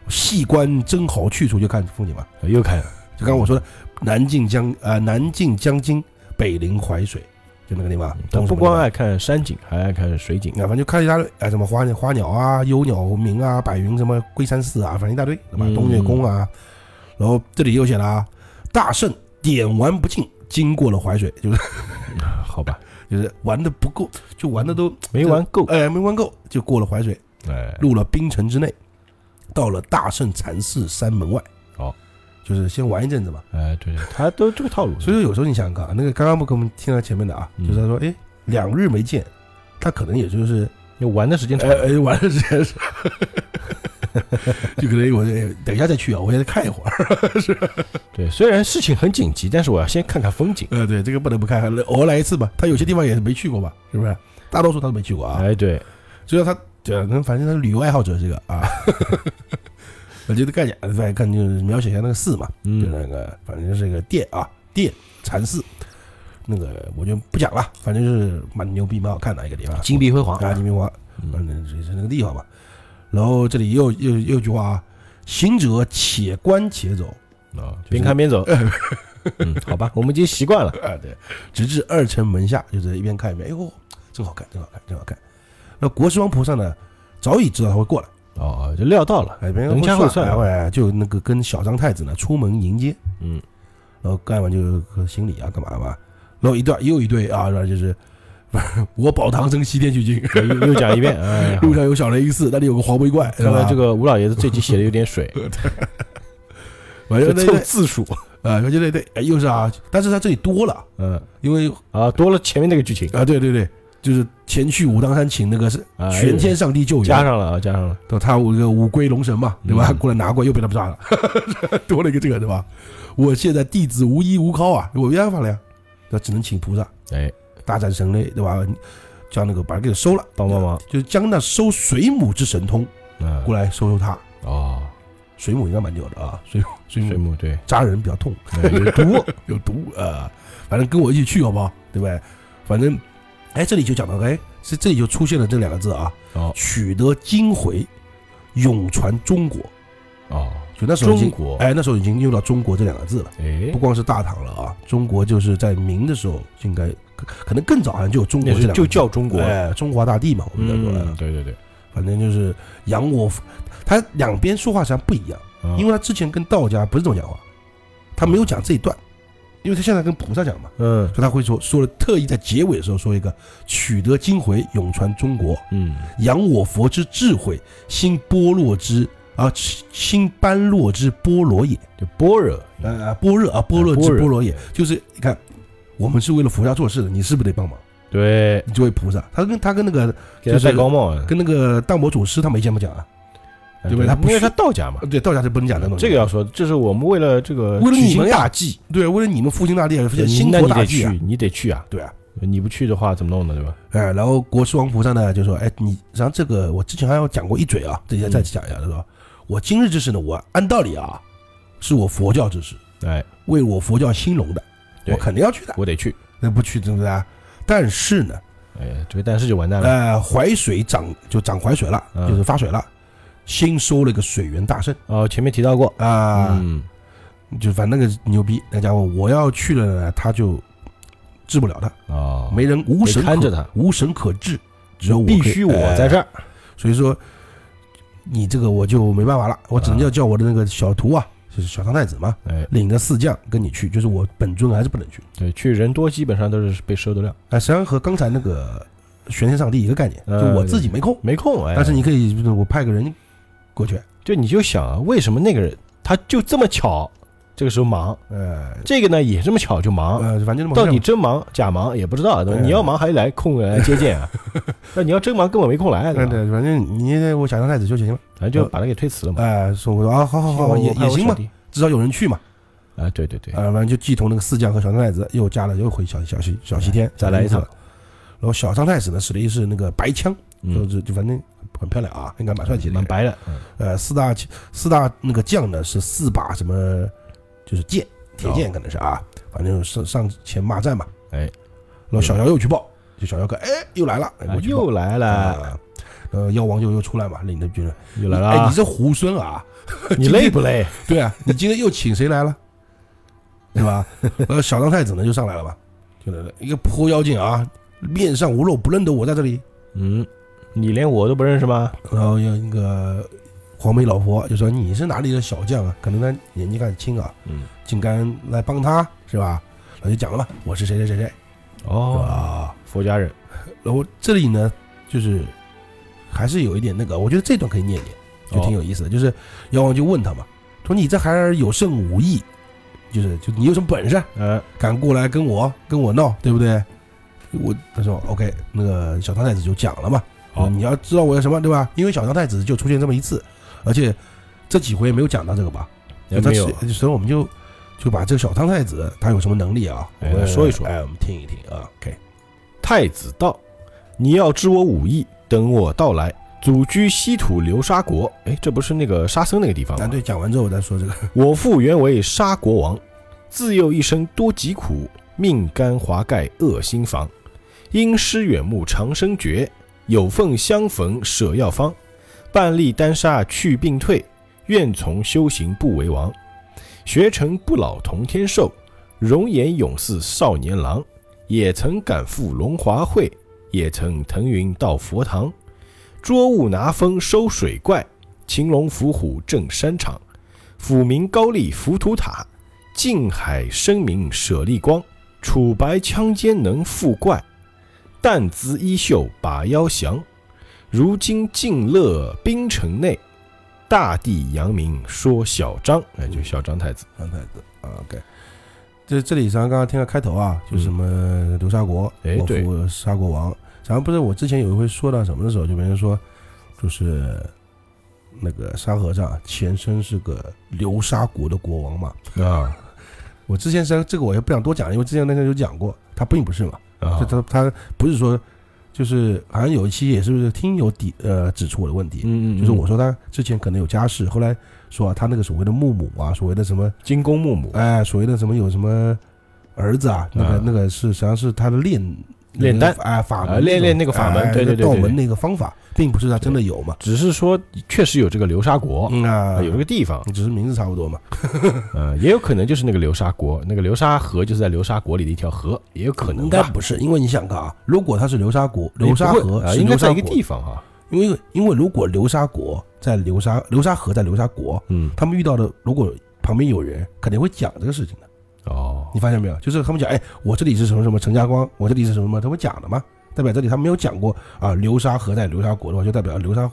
S2: 细观真好去处，就看风景吧。
S1: 哦又看了
S2: 就刚刚我说的，南晋江啊，南晋江津，北临淮水，就那个地方。
S1: 他
S2: 东
S1: 嗯
S2: 什
S1: 不
S2: 么
S1: 光
S2: 地方
S1: 爱看山景，还爱看水景。
S2: 啊，反正就看一大堆，哎，什么花鸟花鸟啊、幽鸟鸣啊、百云什么龟山寺啊，反正一大堆，对吧？
S1: 嗯
S2: 东岳宫啊，然后这里又写了啊，大圣点玩不尽，经过了淮水，就是
S1: 嗯好吧，
S2: 就是玩的不够，就玩的都
S1: 没玩够。
S2: 哎没玩够，就过了淮水，
S1: 哎，
S2: 入了冰城之内，到了大圣禅寺山门外，
S1: 好，
S2: 就是先玩一阵子嘛。
S1: 哎，对，对他都这个套路。
S2: 所以说有时候你想想看啊，那个刚刚不跟我们听到前面的啊，
S1: 嗯
S2: 就是他说，哎，两日没见，他可能也就是
S1: 你玩的时间长
S2: 哎，哎，完了，这是， *laughs* 就可能我哎等一下再去啊，我先看一会儿。
S1: 对，虽然事情很紧急，但是我要先看看风景。
S2: *laughs* 呃，对，这个不能不看，偶尔来一次吧。他有些地方也是没去过吧，是不是？大多数他都没去过啊，
S1: 哎，对，
S2: 所以说他对啊，那反正他是旅游爱好者这个啊， *laughs* 我觉得看讲，反正看就是描写一下那个寺嘛，就
S1: 嗯
S2: 那个反正就是一个殿啊，殿禅寺，那个我就不讲了，反正就是蛮牛逼、蛮好看的一个地方，
S1: 金碧辉煌
S2: 啊，金碧华，反
S1: 嗯
S2: 正就是那个地方吧。然后这里又又又一句话啊，行者且观且走，
S1: 啊，边看
S2: *laughs*
S1: 边走。嗯，好吧，我们已经习惯了。
S2: 啊，对，直至二城门下，就是一边看一边，哎呦，真好看，真好看，真好看。那国师王菩萨呢，早已知道他会过来，
S1: 哦，就料到了。
S2: 哎，别
S1: 人
S2: 人
S1: 家
S2: 会
S1: 会算啊
S2: 哎，哎就那个跟小张太子呢出门迎接，
S1: 嗯，
S2: 然后干完就行礼啊，干嘛嘛，然后一段又一对啊，然后就是我保唐僧西天取经，
S1: 又又讲一遍。哎，
S2: *laughs* 路上有小雷一寺，那里有个黄眉怪，
S1: 看来这
S2: 个
S1: 个吴老爷子这集写的有点水，
S2: 反
S1: 就
S2: 正那
S1: 凑
S2: *laughs* 对
S1: 字数。
S2: 啊，对对对，哎又是啊，但是他这里多了，
S1: 嗯
S2: 因为
S1: 啊，多了前面那个剧情，
S2: 啊，对对对，就是前去武当山请那个是
S1: 哎
S2: 玄天上帝救援，
S1: 加上了啊，加上了。
S2: 对吧他五个五龟龙神嘛，对吧？
S1: 嗯
S2: 过来拿过来又被他们抓了， *laughs* 多了一个这个，对吧？我现在弟子无依无靠啊，我没办法了呀，那只能请菩萨
S1: 哎，
S2: 大展神类，对吧？将那个把他给收了，
S1: 帮帮忙。
S2: 就是将那收水母之神通
S1: 嗯
S2: 过，来收收他。
S1: 哦，
S2: 水母应该蛮久的啊，水母水
S1: 水
S2: 母
S1: 母对，
S2: 扎人比较痛，
S1: 哎有毒。
S2: *laughs* 有毒啊、呃反正跟我一起去好不好？对不对？反正，哎，这里就讲到，哎，这这里就出现了这两个字啊，
S1: 哦
S2: 取得经回，永传中国。
S1: 哦，
S2: 就那时候已经
S1: 中国
S2: 哎，那时候已经用到“中国”这两个字了，
S1: 哎
S2: 不，光是大唐了啊，中国就是在明的时候就应该可可能更早好像就有“中国”
S1: 那
S2: 这两
S1: 是
S2: 个字
S1: 就叫中国。
S2: 哎，中华大地嘛，我们叫做、哎
S1: 嗯，对对对，
S2: 反正就是扬我父，他两边说话实际上不一样，
S1: 啊
S2: 因为他之前跟道家不是这么讲话，他没有讲这一段，因为他现在跟菩萨讲嘛，
S1: 嗯
S2: 所以他会说说了，特意在结尾的时候说一个“取得经回，永传中国”。
S1: 嗯，
S2: 扬我佛之智慧，兴般若之啊，兴般若之般若也，
S1: 就般若。
S2: 呃，般若啊，般若之般若也，就是你看，我们是为了佛家做事的，你是不是得帮忙？
S1: 对，
S2: 你就为菩萨，他跟他跟那个
S1: 给他
S2: 就是
S1: 戴高帽啊，
S2: 跟那个大摩祖师他没见不讲啊，
S1: 哎
S2: 对不对他
S1: 因
S2: 不
S1: 为
S2: 是
S1: 他道家嘛
S2: 呃，对，道家是不能讲的东西。
S1: 这个要说，这是我们为了这个
S2: 为了
S1: 举
S2: 你
S1: 行
S2: 们呀
S1: 大计，
S2: 对，为了你们复兴大地，而且兴
S1: 那
S2: 国
S1: 你
S2: 大
S1: 得
S2: 计啊，
S1: 去，你得去啊，
S2: 对啊，
S1: 你不去的话怎么弄呢？对吧？
S2: 哎，然后国师王菩萨呢就说，哎，你实际上这个我之前还有讲过一嘴啊，这里再再
S1: 嗯
S2: 讲一下，他说我今日之事呢，我按道理啊，是我佛教之事。
S1: 哎，
S2: 为我佛教兴隆的，
S1: 对
S2: 我肯定要去的。
S1: 我得去。
S2: 那不去对不对啊？但是呢，
S1: 哎，这个但是就完蛋了。
S2: 呃，淮水涨就涨淮水了，
S1: 嗯
S2: 就是发水了，新收了一个水源大圣
S1: 哦，前面提到过，
S2: 啊，
S1: 嗯，
S2: 就反正那个牛逼，那家伙我要去了呢，他就治不了他，
S1: 哦，
S2: 没人无
S1: 没
S2: 神
S1: 看着
S2: 可
S1: 他，
S2: 无神可治，只有我
S1: 必
S2: 可以
S1: 须我在这，
S2: 哎
S1: 儿。
S2: 所以说你这个我就没办法了，我只能
S1: 啊
S2: 叫叫我的那个小徒啊，就是小唐太子嘛，
S1: 哎，
S2: 领着四将跟你去，就是我本尊还是不能去。
S1: 对，去人多基本上都是被收得了，
S2: 啊，实际上和刚才那个玄天上帝一个概念，就
S1: 呃
S2: 我自己没空，
S1: 没空。哎，
S2: 但是你可以，就是我派个人过去，
S1: 就你就想啊，为什么那个人他就这么巧，这个时候忙，
S2: 呃
S1: 这个呢也这么巧就忙，
S2: 呃，反正这么回事
S1: 哎到底真忙假忙也不知道，对吧？
S2: 哎
S1: 你要忙还来空来接见
S2: *laughs*
S1: 啊？那你要真忙根本没空来，
S2: 嗯
S1: 吧？
S2: 对，反正你给我假装太子就行了，
S1: 反正就把他给推辞了嘛。
S2: 哎，说我说啊，好好好，好也也行嘛，
S1: 啊
S2: 至少有人去嘛，，
S1: 哎对对对，
S2: 啊，反正就继同那个四将和小张太子又加了又回小小西小西天
S1: 哎再来一趟
S2: 了，然后小张太子呢使的一是那个白枪，就
S1: 嗯，
S2: 是就反正很漂亮啊，应该蛮帅气的，
S1: 蛮白的，嗯
S2: 呃，四大四大那个将呢是四把什么，就是剑，
S1: 哦
S2: 铁剑可能是啊，反正上上前骂战吧。
S1: 哎嗯
S2: 然后小妖又去报，就小妖哥，哎，又来了，哎
S1: 啊
S2: 我去报
S1: 又来了，
S2: 啊呃，妖王就又出来嘛，领着军人
S1: 又来了
S2: 哎，
S1: 啊
S2: 你，这猢狲啊，
S1: 你累不累？
S2: 对啊，你今天又请谁来了，对吧？呃，小张太子呢就上来了嘛，就来了一个泼妖精啊，面上无肉，不认得我在这里。
S1: 嗯，你连我都不认识吗？
S2: 然后有那个黄眉老婆就说你是哪里的小将啊？可能他年纪很轻啊，
S1: 嗯，
S2: 竟敢来帮他，是吧？我就讲了嘛，我是谁谁谁谁，是
S1: 哦，
S2: 吧？
S1: 佛家人，
S2: 然后这里呢，就是还是有一点那个，我觉得这段可以念一念，
S1: 哦
S2: 就挺有意思的。就是妖王就问他嘛，说你这孩儿有甚武艺？就是就你有什么本事，啊
S1: 嗯，
S2: 敢过来跟我跟我闹，对不对？我他说 OK，那个小唐太子就讲了嘛，嗯
S1: 好
S2: 你要知道我有什么，对吧？因为小唐太子就出现这么一次，而且这几回没有讲到这个吧？
S1: 有
S2: 他
S1: 没有？
S2: 所以我们就就把这个小唐太子他有什么能力啊，我
S1: 哎
S2: 们
S1: 来说一说
S2: 哎，我们听一听啊。OK，
S1: 太子道：“你要知我武艺，等我到来，祖居西土流沙国，哎，这不是那个沙僧那个地方
S2: 啊，
S1: 吗？
S2: 对，讲完之后我再说这个。
S1: *laughs* 我父原为沙国王，自幼一生多疾苦，命干华盖恶心房。因师远目长生诀，有缝相逢舍药方。半粒丹砂去病退，愿从修行不为王。学成不老同天寿，容颜永似少年郎。也曾赶赴龙华会，也曾腾云到佛堂。捉雾拿风收水怪，擒龙伏虎镇山场。抚民高丽浮屠塔，近海声明舍利光，楚白枪尖能复怪，但姿衣袖把妖降。如今尽乐冰城内，大地扬名说小张，哎，就小张太子。
S2: 张太子啊，OK。这这里实际上刚刚听到开头啊，就是什么流沙国，
S1: 哎
S2: 我
S1: 嗯对
S2: 父沙国王。实际上不是我之前有一回说到什么的时候，就别人说，就是那个沙和尚啊前身是个流沙国的国王嘛。
S1: 啊
S2: 我之前实际上这个我也不想多讲，因为之前那个有讲过，他并不是嘛，
S1: 啊
S2: 就他他不是说，就是好像有一期也是听友底呃指出我的问题，
S1: 嗯
S2: 就是我说他之前可能有家室，后来说啊他那个所谓的木母啊，所谓的什么
S1: 金公木母
S2: 哎，所谓的什么有什么儿子啊，那个、
S1: 啊
S2: 那个是实际上是他的炼
S1: 炼丹
S2: 哎法门
S1: 啊炼
S2: 那种
S1: 炼那个法门
S2: 哎
S1: 对对
S2: 那个
S1: 对
S2: 道
S1: 对
S2: 门
S1: 对
S2: 那个方法，并不是他真的有嘛，
S1: 只是说确实有这个流沙国，
S2: 嗯啊
S1: 啊，有这个地方，
S2: 只是名字差不多嘛，
S1: 嗯，也有可能就是那个流沙国，那个流沙河就是在流沙国里的一条河，也有可能
S2: 应该
S1: 吧。
S2: 不是，因为你想看啊，如果他是流沙国，流沙
S1: 也不
S2: 河
S1: 会啊，
S2: 是
S1: 应该
S2: 流
S1: 在
S2: 沙
S1: 一个
S2: 国
S1: 地，方啊哈。
S2: 因为因为如果流沙国在流沙流沙河在流沙国，
S1: 嗯，
S2: 他们遇到的如果旁边有人肯定会讲这个事情的，
S1: 哦，
S2: 你发现没有？就是他们讲，哎，我这里是什么什么陈家光，我这里是什么什么，他们讲的嘛，代表这里他们没有讲过啊，流沙河在流沙国的话，就代表流沙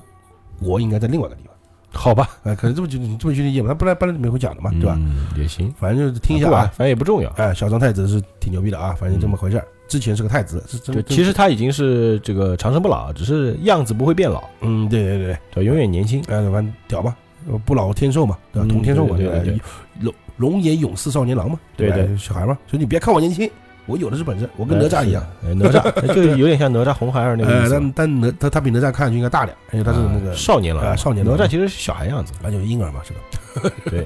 S2: 国应该在另外一个地方，
S1: 好吧，
S2: 啊，可能这么就你这么去理解嘛，他不然不然你没会讲的嘛，对吧？
S1: 嗯？也行，
S2: 反正就是听一下
S1: 不管
S2: 啊，
S1: 反正也不重要。
S2: 哎，小张太子是挺牛逼的啊，反正就这么回事儿。之前是个太子，是真
S1: 就
S2: 真
S1: 其实他已经是这个长生不老，只是样子不会变老，
S2: 嗯，对对对，
S1: 对，永远年轻。
S2: 哎，反正屌吧，呃不老天寿嘛，对吧？
S1: 嗯
S2: 同天寿嘛，
S1: 对对
S2: 吧
S1: 对对？
S2: 龙龙颜永似少年郎嘛，吧
S1: 对对
S2: 小孩嘛，所以你别看我年轻，我有的是本事，我跟哪吒一样。
S1: 哎，哪吒就是有点像哪吒红孩儿那个
S2: 呃
S1: 意，思
S2: 但。但哪他他比哪吒看上去应该大点，因为他是那个
S1: 啊，少年郎嘛，
S2: 啊少年
S1: 哪
S2: 郎
S1: 吒其实是小孩样子。
S2: 那就是婴儿嘛，是吧？
S1: *laughs* 对，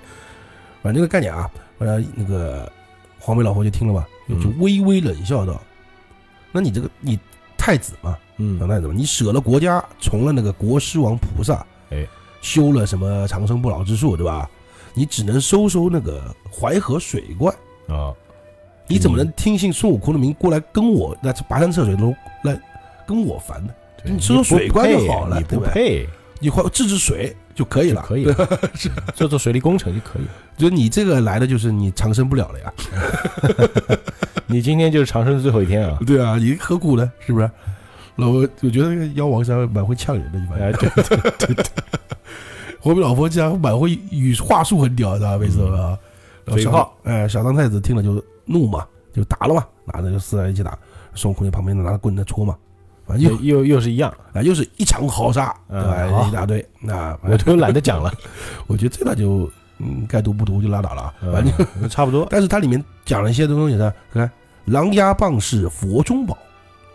S2: 反正这个概念啊，呃，那个黄眉老婆就听了嘛，就
S1: 嗯
S2: 就微微冷笑道：“那你这个你太子嘛，小
S1: 嗯，
S2: 太子嘛，你舍了国家，从了那个国师王菩萨，
S1: 哎，
S2: 修了什么长生不老之术，对吧？你只能收收那个淮河水怪，
S1: 啊，
S2: 你怎么
S1: 嗯
S2: 能听信孙悟空的名过来跟我来跋山涉水都来跟我烦呢？
S1: 对
S2: 你说水怪就好了
S1: 你不
S2: 对吧
S1: 配，
S2: 你快治治水就可以
S1: 就
S2: 了，啊
S1: 可以
S2: *laughs*
S1: 了，做做水利工程就可以了。
S2: 就你这个来的就是你长生不
S1: *laughs*
S2: 了了呀，
S1: 你今天就是长生的最后一天
S2: *laughs*
S1: 啊！
S2: 对啊，你何苦呢？是不是？老我我觉得那个妖王实际上蛮会呛人的，一般
S1: 哎，
S2: *laughs*
S1: 对，
S2: 我们老婆这样蛮会语话术很屌，知道吧？为什么啊？
S1: 嗯
S2: 然后
S1: 嘴
S2: 小
S1: 炮，
S2: 哎，小张太子听了就怒嘛，就打了嘛，拿着就四人一起打，孙悟空在旁边拿着棍子戳嘛，反正又
S1: 又又又是一样，
S2: 啊又是一场豪杀，对
S1: 嗯
S2: 吧？
S1: 哎好
S2: 一大堆，那
S1: 我都懒得讲
S2: *laughs*
S1: 了，
S2: 我觉得这个就嗯该读不读就拉倒了啊，反正
S1: 嗯差不多。
S2: *laughs* 但是它里面讲了一些东西呢，看狼牙棒是佛中宝。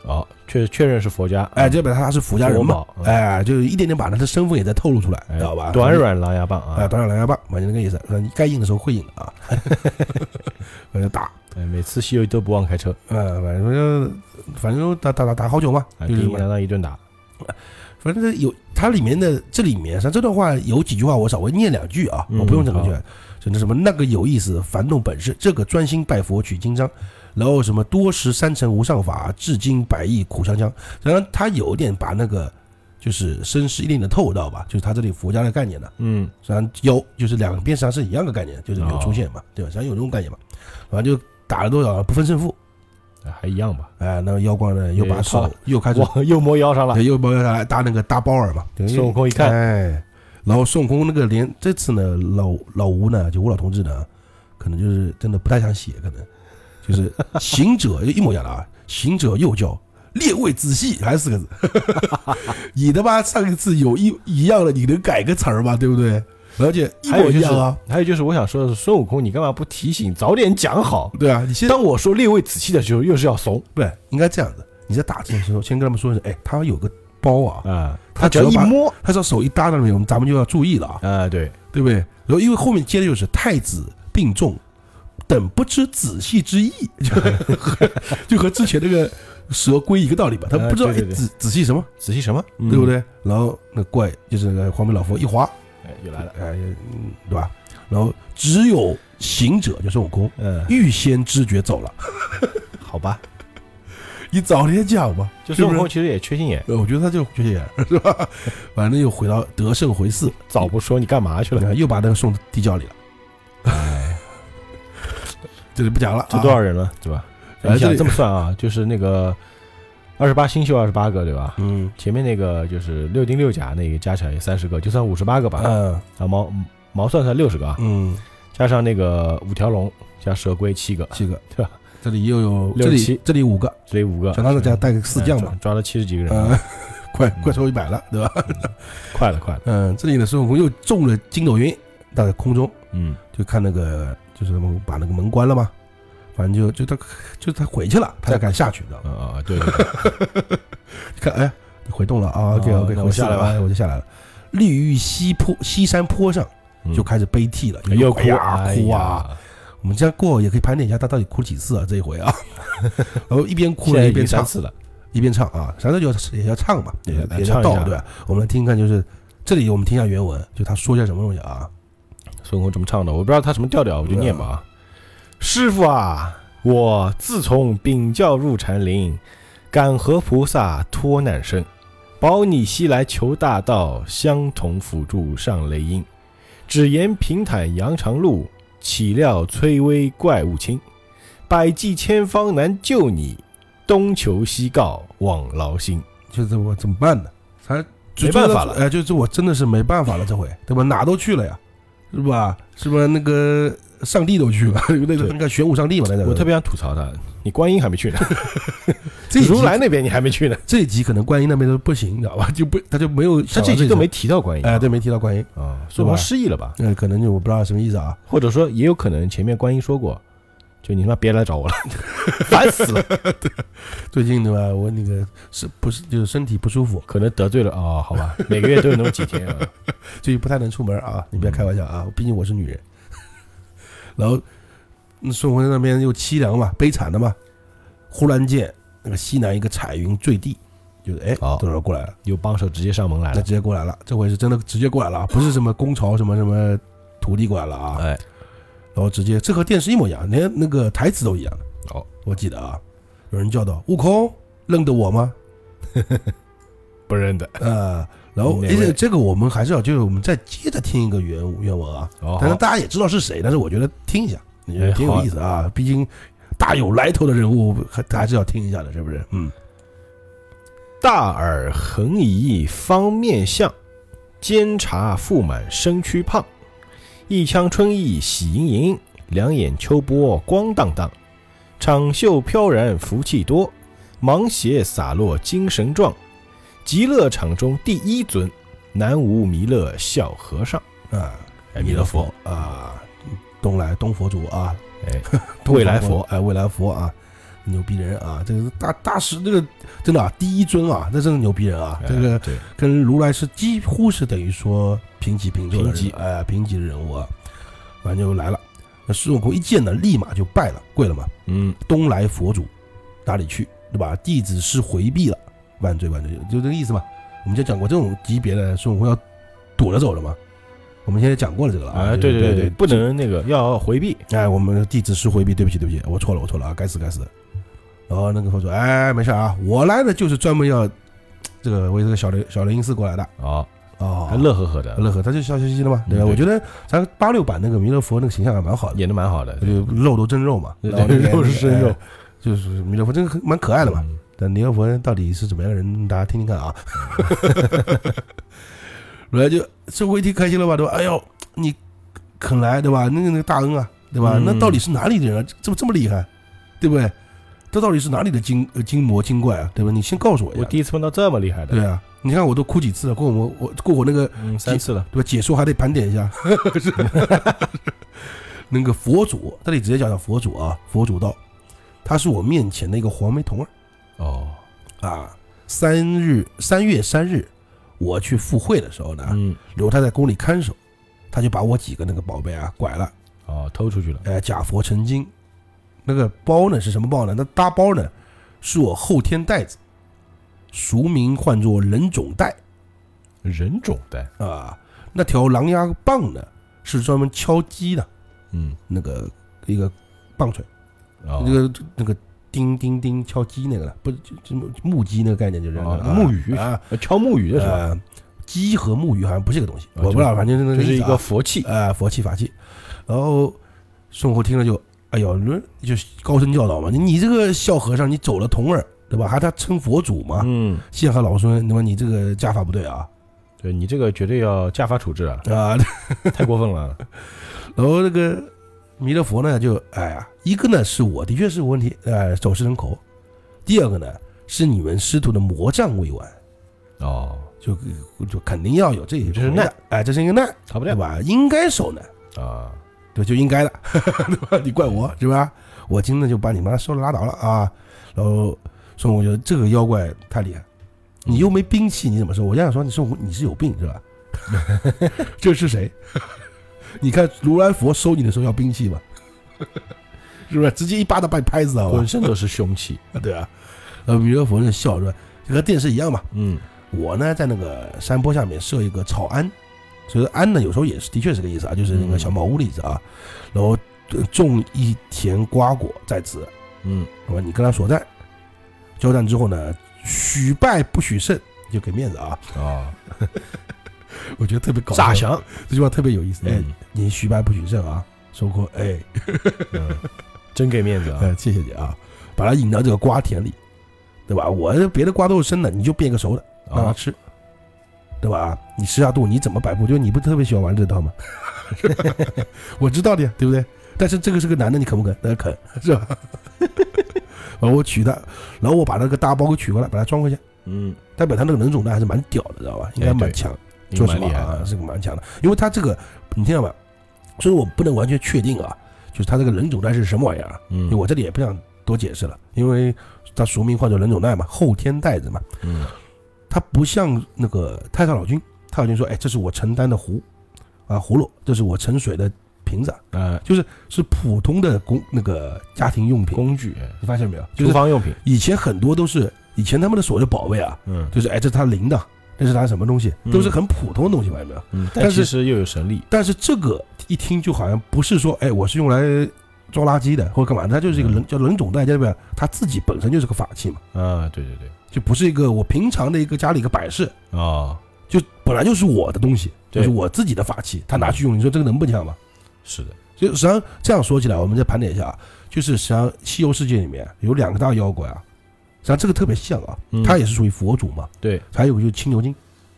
S1: 哦，确确认是佛家，
S2: 哎，这表示他是福家人嘛
S1: 佛宝，嗯
S2: 哎，就是一点点把他的身份也在透露出来，
S1: 哎
S2: 知道吧？
S1: 短，软狼牙棒
S2: 哎，
S1: 啊，
S2: 短软狼牙棒，反正那个意思，反正该硬的时候会硬的啊， *laughs* 反正打，
S1: 哎每次西游都不忘开车，
S2: 呃，反正就反正打打打打好久嘛，
S1: 哎
S2: 就
S1: 叮
S2: 是
S1: 叮当当一顿打，
S2: 反正有它里面的这里面，像这段话有几句话我稍微念两句啊，
S1: 嗯
S2: 我不用整个
S1: 好
S2: 卷，就那什么那个有意思，凡动本事，这个专心拜佛取经章，然后什么多识三乘无上法，至今百亿苦相将。然后他有点把那个就是绅士一定的透到吧，就是他这里佛家的概念呢、
S1: 嗯，
S2: 实际上有，就是两边实际上是一样的概念，就是有出现嘛，
S1: 哦
S2: 对吧？实际上有这种概念嘛，反正就打了多少不分胜负，
S1: 哎还一样吧，
S2: 哎，那妖怪呢又把
S1: 哎
S2: 手
S1: 他
S2: 又开始
S1: 哇， *laughs* 又摸腰上了，
S2: 又包下来搭那个大包儿嘛，对
S1: 孙悟空一看，
S2: 哎，然后孙悟空那个连这次呢，老老吴呢，就吴老同志呢，可能就是真的不太想写，可能就是行者就一模一样的啊，行者又叫列位仔细，还是四
S1: *laughs*
S2: 个字，你他妈上一次有一一样的，你能改个词儿吗？对不对？而且一
S1: 还有
S2: 模
S1: 就
S2: 一
S1: 是
S2: 样啊，，
S1: 还有就是我想说的是，孙悟空，你干嘛不提醒，早点讲好？
S2: 对啊，你现在
S1: 当我
S2: 啊
S1: 说列位仔细的时候，又是要怂，
S2: 不对，应该这样子，你在打字的时候先跟他们说一声，哎，他有个包啊，
S1: 啊，
S2: 他
S1: 只要
S2: 只
S1: 一
S2: 要把
S1: 摸，
S2: 他只要手一搭到里面，我们咱们就要注意了啊，
S1: 啊，对，
S2: 对不对？然后因为后面接的就是太子病重，等不知仔细之意， *laughs* 就和就和之前那个蛇龟一个道理吧，他
S1: 啊
S2: 不知道
S1: 对
S2: 哎
S1: 对对嗯
S2: 仔仔细什么，
S1: 仔细什么，
S2: 对不？对？然后那怪就是那个黄眉老佛一划，
S1: 哎，又来了，
S2: 哎，嗯对吧？然后只有行者就孙悟空
S1: 嗯，
S2: 预先知觉走了，
S1: 好吧，
S2: 你早点讲嘛，
S1: 就是孙悟
S2: 不是
S1: 空其实也缺心眼，
S2: 呃，我觉得他就缺心眼儿是吧？反正又回到得胜回寺，
S1: 早不说你干嘛去了？
S2: 呃又把那个送到地窖里了。 *laughs* 这里不讲了啊，
S1: 这多少人了，对吧？
S2: 哎
S1: 你
S2: 这
S1: 想
S2: 里
S1: 这么算啊，就是那个二十八星宿二十八个，对吧？
S2: 嗯
S1: 前面那个就是六丁六甲那个加起来三十个，就算五十八个吧。
S2: 嗯
S1: 啊，毛毛算算六十个啊，
S2: 嗯，
S1: 加上那个五条龙加蛇龟七个，
S2: 七个
S1: 对吧？
S2: 这里又有
S1: 六
S2: 这
S1: 十七
S2: 里这里五个，
S1: 这里五个，
S2: 小唐再加带个四将
S1: 哎
S2: 吧
S1: 抓，抓了七十几个人
S2: 嗯
S1: 啊，，
S2: 快快超一百了，对吧？
S1: 快了快了，
S2: 嗯，这里呢，孙悟空又中了筋斗云，到了空中
S1: 嗯
S2: 就看那个就是他们把那个门关了嘛，反正就就他就他回去了，他才敢下去，你知道吗？
S1: 啊啊对对对，
S2: 看，哎，回动了啊，OK
S1: 哦
S2: OK，
S1: 那我
S2: 回寺
S1: 下来
S2: 了
S1: 吧
S2: 哎我就下来了。立于西坡西山坡上，
S1: 嗯
S2: 就开始悲涕了，
S1: 哎又
S2: 哎
S1: 哭
S2: 呀
S1: 哎
S2: 哭啊！
S1: 呀，
S2: 我们这样过也可以盘点一下他到底哭几次啊？这一回
S1: *laughs*
S2: 啊，然后一边哭
S1: 现在
S2: 了
S1: 已
S2: 一
S1: 经
S2: 边
S1: 三
S2: 唱，
S1: 次了，
S2: 一边唱啊，反正就要也要唱嘛，也
S1: 来
S2: 要也
S1: 唱
S2: 要
S1: 一
S2: 道
S1: 下
S2: 对吧？我们来听一看，就是这里我们听一下原文，就他说一下什么东西啊？
S1: 孙悟空这么唱的，我不知道他什么调调，我就念吧啊。师傅啊，我自从禀教入禅林，感和菩萨脱难生，保你西来求大道，相同辅助上雷音。只言平坦扬长路，岂料崔巍怪物侵。百计千方难救你，东求西告枉劳心。
S2: 就是我怎么办呢？他
S1: 没办法了
S2: 哎、就是我真的是没办法了，这回对吧？哪都去了呀，是吧？是吧？那个上帝都去了， *laughs* 那个
S1: 对
S2: 那个玄武上帝嘛，那个
S1: 我特别想吐槽他，你观音还没去 *laughs* 呢，
S2: 这一集
S1: 如来那边你还没 *laughs* 去呢，
S2: 这一集可能观音那边都不行，你知道吧？就不他就没有
S1: 他
S2: 想到
S1: 这
S2: 一
S1: 集
S2: 集
S1: 都没提到观音。
S2: 哎、对，没提到观音，
S1: 啊，孙悟空
S2: 是吧
S1: 失忆了吧？
S2: 呃，可能就我不知道什么意思啊。
S1: 或者说也有可能前面观音说过，就你他妈别来找我了， *laughs* 烦死了， *laughs*
S2: 最近对吧？我那个是不是就是身体不舒服，
S1: 可能得罪了啊、哦，好吧，每个月都有那么几天啊，
S2: 最近不太能出门啊，你不要开玩笑啊，
S1: 嗯
S2: 毕竟我是女人。 *laughs* 然后嗯孙悟空在那边又凄凉嘛，悲惨的嘛。忽然间，那个西南一个彩云坠地，就是哎，
S1: 好
S2: 多少过来了，
S1: 有帮手直接上门来
S2: 那
S1: 了，
S2: 直接过来了，这回是真的直接过来了啊，不是什么公朝什么什么土地过来了啊，
S1: 哎，
S2: 然后直接这和电视一模一样，连那个台词都一样。
S1: 哦，
S2: 我记得啊，有人叫道：“悟空，认得我吗
S1: 不认得？”，
S2: 呃，然后
S1: 哪
S2: 而
S1: 位
S2: 且这个我们还是要，就是我们再接着听一个原原文啊，
S1: 哦，
S2: 但是
S1: 好
S2: 大家也知道是谁，但是我觉得听一下，你觉得
S1: 哎
S2: 挺
S1: 好
S2: 有
S1: 啊
S2: 意思啊，毕竟大有来头的人物还还是要听一下的，是不是？嗯，
S1: 大耳横移方面相，肩茶覆满身躯胖，一腔春意喜盈盈，两眼秋波光荡荡，长袖飘然福气多，芒鞋洒落精神壮，极乐场中第一尊，南无弥勒小和尚。
S2: 啊，
S1: 哎弥勒佛
S2: 啊，东来东佛祖啊，
S1: 哎，
S2: 东
S1: 未来佛
S2: 哎，未来佛啊，牛逼人啊，这个大大师这个真的啊，第一尊啊，那真的牛逼人啊，
S1: *laughs*
S2: 这个
S1: 哎对，
S2: 跟如来是几乎是等于说平起平坐的人，
S1: 平级
S2: 哎，平级的人物啊，完就来了。那孙悟空一见呢，立马就拜了，跪了嘛。
S1: 嗯，
S2: 东来佛祖，哪里去，对吧？弟子是回避了，万罪万罪，就这个意思嘛。我们就讲过这种级别的孙悟空要躲着走的嘛。我们现在讲过了这个了
S1: 啊，
S2: 对
S1: 对
S2: 对
S1: 对，不能那个要回避，
S2: 哎，我们弟子是回避，对不起对不起，我错了我错了啊，该死该死。然后那个佛祖，哎，没事啊，我来的就是专门要这个为这个小雷小雷音寺过来的
S1: 哦，
S2: 哦
S1: 还，乐呵呵的，
S2: 乐呵，他就笑嘻嘻的嘛，对吧？
S1: 嗯对
S2: 我觉得咱八六版那个弥勒佛那个形象还蛮好的，
S1: 演的蛮好的，
S2: 就肉都真肉嘛，
S1: 对
S2: 然后那个
S1: *laughs* 肉是真肉
S2: 哎就是弥勒佛真的很蛮可爱的嘛。
S1: 嗯？
S2: 但弥勒佛到底是怎么样的人，大家听听看啊。 *laughs* 然后就这回挺开心了吧，对吧？哎呦，你肯来对吧？那个那个大恩啊，对吧？
S1: 嗯
S2: 那到底是哪里的人啊？这么这么厉害，对不对？这到底是哪里的精呃精魔精怪啊？对吧？你先告诉我一
S1: 我
S2: 下。
S1: 第一次碰到这么厉害的，
S2: 对啊，你看我都哭几次了，啊过我我过我那个
S1: 嗯，三次了，
S2: 对吧？解说还得盘点一下。 *laughs* 是那个佛祖，这里直接讲讲佛祖啊啊，佛祖道，他是我面前的一个黄眉童儿
S1: 哦，
S2: 啊，三日三月三日我去赴会的时候呢，
S1: 嗯，
S2: 留他在宫里看守，他就把我几个那个宝贝啊拐了，
S1: 哦，偷出去了，
S2: 呃，假佛成精。那个包呢是什么包呢？那大包呢是我后天带子，俗名唤作人种带
S1: 人种的，
S2: 啊。那条狼牙棒呢是专门敲击的
S1: 嗯，
S2: 那个一个棒槌，
S1: 哦，
S2: 那个那个叮叮叮敲击那个了，不是就就木击那个概念就是那个
S1: 哦
S2: 啊
S1: 木鱼
S2: 啊，
S1: 呃敲木鱼的是吧？
S2: 呃，鸡和木鱼好像不是一个东西，
S1: 啊
S2: 我不知道，反正那
S1: 就是
S2: 意
S1: 一
S2: 思啊
S1: 个佛器，
S2: 呃佛器法器。然后孙悟空听了就，哎呦，那就高声教导嘛，你你这个小和尚，你走了童儿，对吧？还他称佛祖嘛，
S1: 嗯，
S2: 陷害老孙，那么你这个家法不对啊
S1: 对你这个绝对要家法处置啊，
S2: 啊！ *laughs*
S1: 太过分了，
S2: 然后那个弥勒佛呢，就哎呀，一个呢是我的确是有问题，呃，走私人口；第二个呢是你们师徒的魔障未完，
S1: 哦，
S2: 就就肯定要有这一
S1: 这是
S2: 回的
S1: 难，
S2: 哎，这是一个难，
S1: 逃不
S2: 对
S1: 掉
S2: 吧？应该守呢。
S1: 啊，
S2: 对，就应该的， *laughs* 对吧？你怪我是吧？我今天就把你妈收了拉倒了啊！然后孙悟空就这个妖怪太厉害，你又没兵器，你怎么收？我就想说，你孙悟空你是有病是吧？ *laughs* 这是谁？ *laughs* 你看如来佛收你的时候要兵器吗？是不是直接一巴掌把你拍死好吧
S1: 浑？身都是凶器，
S2: 对啊，呃，弥勒佛就笑说，就和电视一样嘛。
S1: 嗯，
S2: 我呢在那个山坡下面设一个草庵，所以庵呢有时候也是的确是这个意思啊，就是
S1: 嗯
S2: 那个小茅屋的意思啊。然后呃种一田瓜果在此，
S1: 嗯，
S2: 那么你跟他所战，交战之后呢，许败不许胜，就给面子啊。
S1: 啊，
S2: 我觉得特别搞
S1: 诈
S2: 笑，
S1: 降，
S2: 这句话特别有意思。哎，
S1: 嗯，
S2: 你许败不许胜啊，孙悟空，哎，
S1: 嗯，真给面子啊，
S2: 哎，谢谢你啊，把他引到这个瓜田里，对吧？我这别的瓜都是生的，你就变个熟的让他
S1: 啊，
S2: 吃，对吧？啊你吃下肚，你怎么摆布？就是你不是特别喜欢玩这套吗？ *laughs* 我知道的呀，对不对？但是这个是个男的，你肯不肯？那肯是吧？ *laughs* 然后我娶她，然后我把那个大包给娶过来，把它装回去。
S1: 嗯，
S2: 代表他那个人种蛋还是蛮屌的，知道吧？应该
S1: 哎对
S2: 蛮强，
S1: 你
S2: 说实
S1: 蛮
S2: 话
S1: 厉害
S2: 啊，
S1: 的，
S2: 是个蛮强的。因为他这个，你听到吧？所以我不能完全确定啊，就是他这个人种蛋是什么玩意儿啊？因为
S1: 嗯，
S2: 我这里也不想多解释了，因为他俗名唤作人种蛋嘛，后天带子嘛。
S1: 嗯，
S2: 他不像那个太上老君，太上老君说：“哎，这是我承担的壶啊，葫芦，这是我盛水的瓶子啊，
S1: 呃，
S2: 就是是普通的工那个家庭用品。
S1: 工具，哎
S2: 你发现没有？就
S1: 厨
S2: 是
S1: 房用品，
S2: 以前很多都是以前他们的所谓的宝贝啊，
S1: 嗯
S2: 就是哎，这是他铃铛，这是他什么东西，
S1: 嗯
S2: 都是很普通的东西，发现没有？
S1: 嗯，
S2: 但
S1: 但
S2: 是
S1: 其实又有神力，
S2: 但是这个一听就好像不是说，哎，我是用来装垃圾的或者干嘛的，它就是一个人叫人种袋，代表他自己本身就是个法器嘛，
S1: 啊，对对对，
S2: 就不是一个我平常的一个家里一个摆饰。”
S1: 哦，
S2: 就本来就是我的东西，
S1: 对
S2: 就
S1: 嗯
S2: 是我自己的法器，他拿去用，你说这个能不强吗？
S1: 是的，
S2: 所以实际上这样说起来，我们再盘点一下啊，就是实际上西游世界里面有两个大妖怪啊，实际上这个特别像啊，
S1: 嗯
S2: 他也是属于佛祖嘛，
S1: 对
S2: 还有个就是青牛精，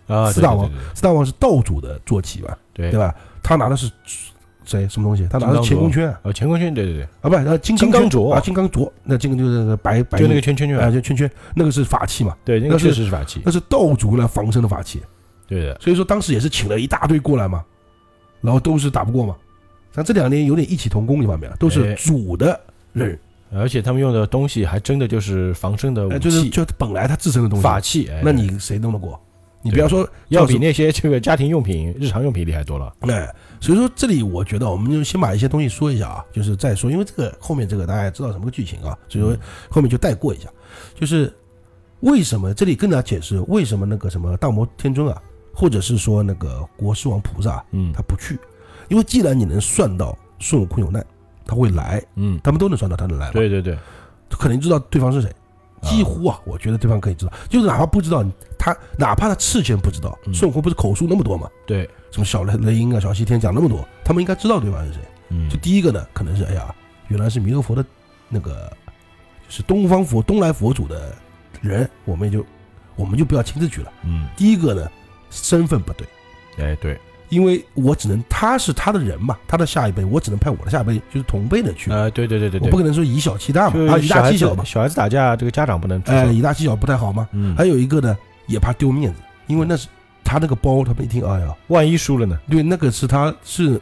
S1: 啊，
S2: 四
S1: 对
S2: 大
S1: 对
S2: 王四大王是道主的坐骑吧，
S1: 对对
S2: 对
S1: 对，
S2: 吧？他拿的是谁什么东西？他拿的是乾
S1: 金刚镯
S2: 坤圈啊，
S1: 呃，乾坤圈，对对
S2: 啊不是，呃金
S1: 金
S2: 刚
S1: 刚
S2: 圈
S1: 镯
S2: 啊，金刚镯，那金刚就是那个白白
S1: 对，就那个
S2: 银
S1: 圈圈圈
S2: 啊，，就圈圈，那个是法器嘛，
S1: 对，那
S2: 那
S1: 个确
S2: 是呃
S1: 实是法器
S2: 那，是道主来防身的法器，
S1: 对的，
S2: 所以说当时也是请了一大堆过来嘛，然后都是打不过嘛。但这两年有点异曲同工，你发现没有？都是
S1: 哎
S2: 主的人，
S1: 而且他们用的东西还真的就是防身的武
S2: 哎，
S1: 器，
S2: 就是就本来他自身的东西。
S1: 法器，哎
S2: 那你谁弄得过？你不要说
S1: 要
S2: 赵
S1: 比
S2: 子
S1: 那些这个家庭用品、日常用品厉害多了。
S2: 哎，所以说这里我觉得我们就先把一些东西说一下啊，就是再说，因为这个后面这个大家也知道什么个剧情啊，
S1: 嗯
S2: 所以说后面就带过一下。就是为什么这里跟大家解释为什么那个什么大魔天尊啊，或者是说那个国师王菩萨啊、
S1: 嗯
S2: 他不去，因为既然你能算到孙悟空有难，他会来，
S1: 嗯，
S2: 他们都能算到他能来嘛，
S1: 对对对，
S2: 他肯定知道对方是谁。几乎啊，我觉得对方可以知道，就是哪怕不知道他，哪怕他事前不知道，
S1: 嗯
S2: 孙悟空不是口述那么多嘛，
S1: 对，
S2: 什么小雷雷音啊、小西天讲那么多，他们应该知道对方是谁。
S1: 嗯
S2: 就第一个呢，可能是哎呀，原来是弥勒佛的那个，就是东方佛东来佛祖的人，我们也就我们就不要亲自去了。
S1: 嗯，
S2: 第一个呢，身份不对。
S1: 哎对，
S2: 因为我只能他是他的人嘛，他的下一辈，我只能派我的下一辈，就是同辈的去，
S1: 呃对对对对
S2: 我
S1: 对
S2: 不，可能说以小欺大
S1: 就
S2: 嘛，啊，以
S1: 小
S2: 大
S1: 孩
S2: 欺
S1: 子
S2: 小嘛，
S1: 小孩子打架，这个家长不能出
S2: 哎，
S1: 手。
S2: 以大欺小不太好嘛。哎
S1: 嗯，
S2: 还有一个呢，也怕丢面子，因为那是他那个包，他们一听，哎呀， *laughs*
S1: 万一输了呢？
S2: 对，那个是他是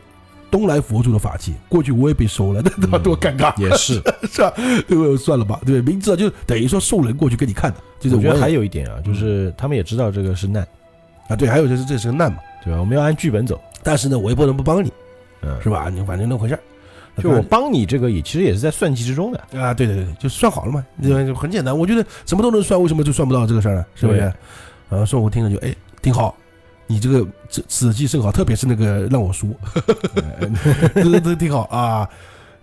S2: 东来佛祖的法器，过去我也被收了， *laughs* 那他妈
S1: 嗯
S2: 多
S1: *laughs*
S2: 尴尬，
S1: 也是。
S2: 是吧？对不对？算了吧，对不对，明知道就等于说送人过去给你看的，就是
S1: 我觉得还
S2: 有
S1: 有一点啊，
S2: 嗯
S1: 就是他们也知道这个是难，
S2: 啊，对，还有就是这是个难嘛，
S1: 对吧？我们要按剧本走，
S2: 但是呢，我也不能不帮你，
S1: 嗯，
S2: 是吧？啊你反正那回事儿，
S1: 就我帮你这个也其实也是在算计之中的，
S2: 啊，对对对，就算好了嘛，就就很简单。我觉得什么都能算，为什么就算不到这个事儿呢？是不是
S1: 嗯对？
S2: 然后孙悟空听了就哎，挺好，你这个此此计甚好，特别是那个让我输，
S1: 哎
S2: *laughs* 这这挺好啊。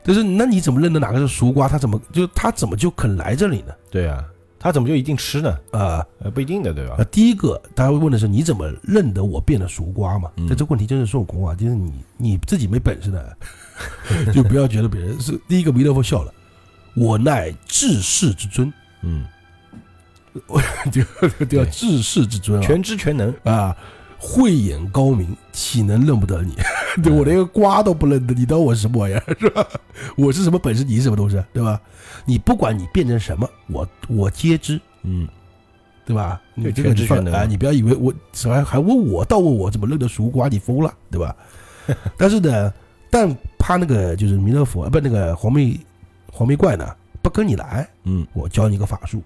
S2: 但是那你怎么认得哪个是熟瓜？他怎么就他怎么就肯来这里呢？
S1: 对啊，他怎么就一定吃呢？
S2: 啊、
S1: 呃，不一定的，对吧
S2: 呃，？第一个他会问的是你怎么认得我变得熟瓜嘛？
S1: 嗯
S2: 但这问题真是孙悟空啊，就是你你自己没本事的， *laughs* 就不要觉得别人是第一个弥勒佛笑了，我乃至世之尊，
S1: 嗯，
S2: 对啊，
S1: 对
S2: 治世之尊啊，
S1: 全知全能，
S2: 啊，慧眼高明，岂能认不得你？ *laughs* 对我连个瓜都不认得，你当我是什么玩意儿 *laughs* 是吧？我是什么本事，你是什么东西，对吧？你不管你变成什么，我我皆知，
S1: 嗯，
S2: 对吧？你
S1: 对
S2: 这个
S1: 全知
S2: 你放
S1: 全能
S2: 啊，你不要以为我什么还问我，倒问我怎么认得熟瓜，你疯了，对吧？ *laughs* 但是呢，但他那个就是弥勒佛，呃不那个黄眉黄眉怪呢，不跟你来，
S1: 嗯，
S2: 我教你个法术。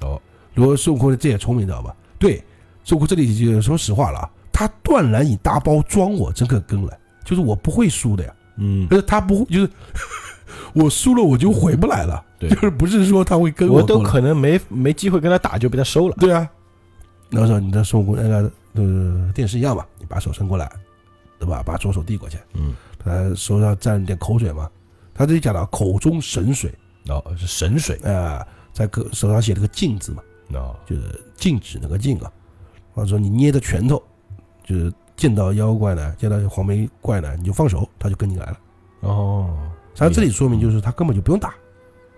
S1: 哦，
S2: 如果孙悟空这也聪明，你知道吧？对，孙悟空这里就说实话了啊，他断然以大包装我这个根来，就是我不会输的呀。
S1: 嗯，
S2: 但是他不会，就是 *laughs* 我输了我就回不来了，
S1: 对
S2: 就，是不是说他会跟
S1: 我
S2: 过
S1: 都
S2: 来
S1: 可能没没机会跟他打，就被他收了。
S2: 对啊。然后说你的孙悟空那个呃电视一样吧，你把手伸过来，对吧？把左手递过去，
S1: 嗯，
S2: 他手上沾了点口水嘛。他这里讲到口中神水，
S1: 哦，是神水，
S2: 啊，在口手上写了个禁字嘛。
S1: 哦，
S2: 就是禁止那个禁啊。或者说你捏着拳头，就是见到妖怪呢，见到黄眉怪呢，你就放手，他就跟你来了。
S1: 哦，
S2: 他这里说明就是他根本就不用打，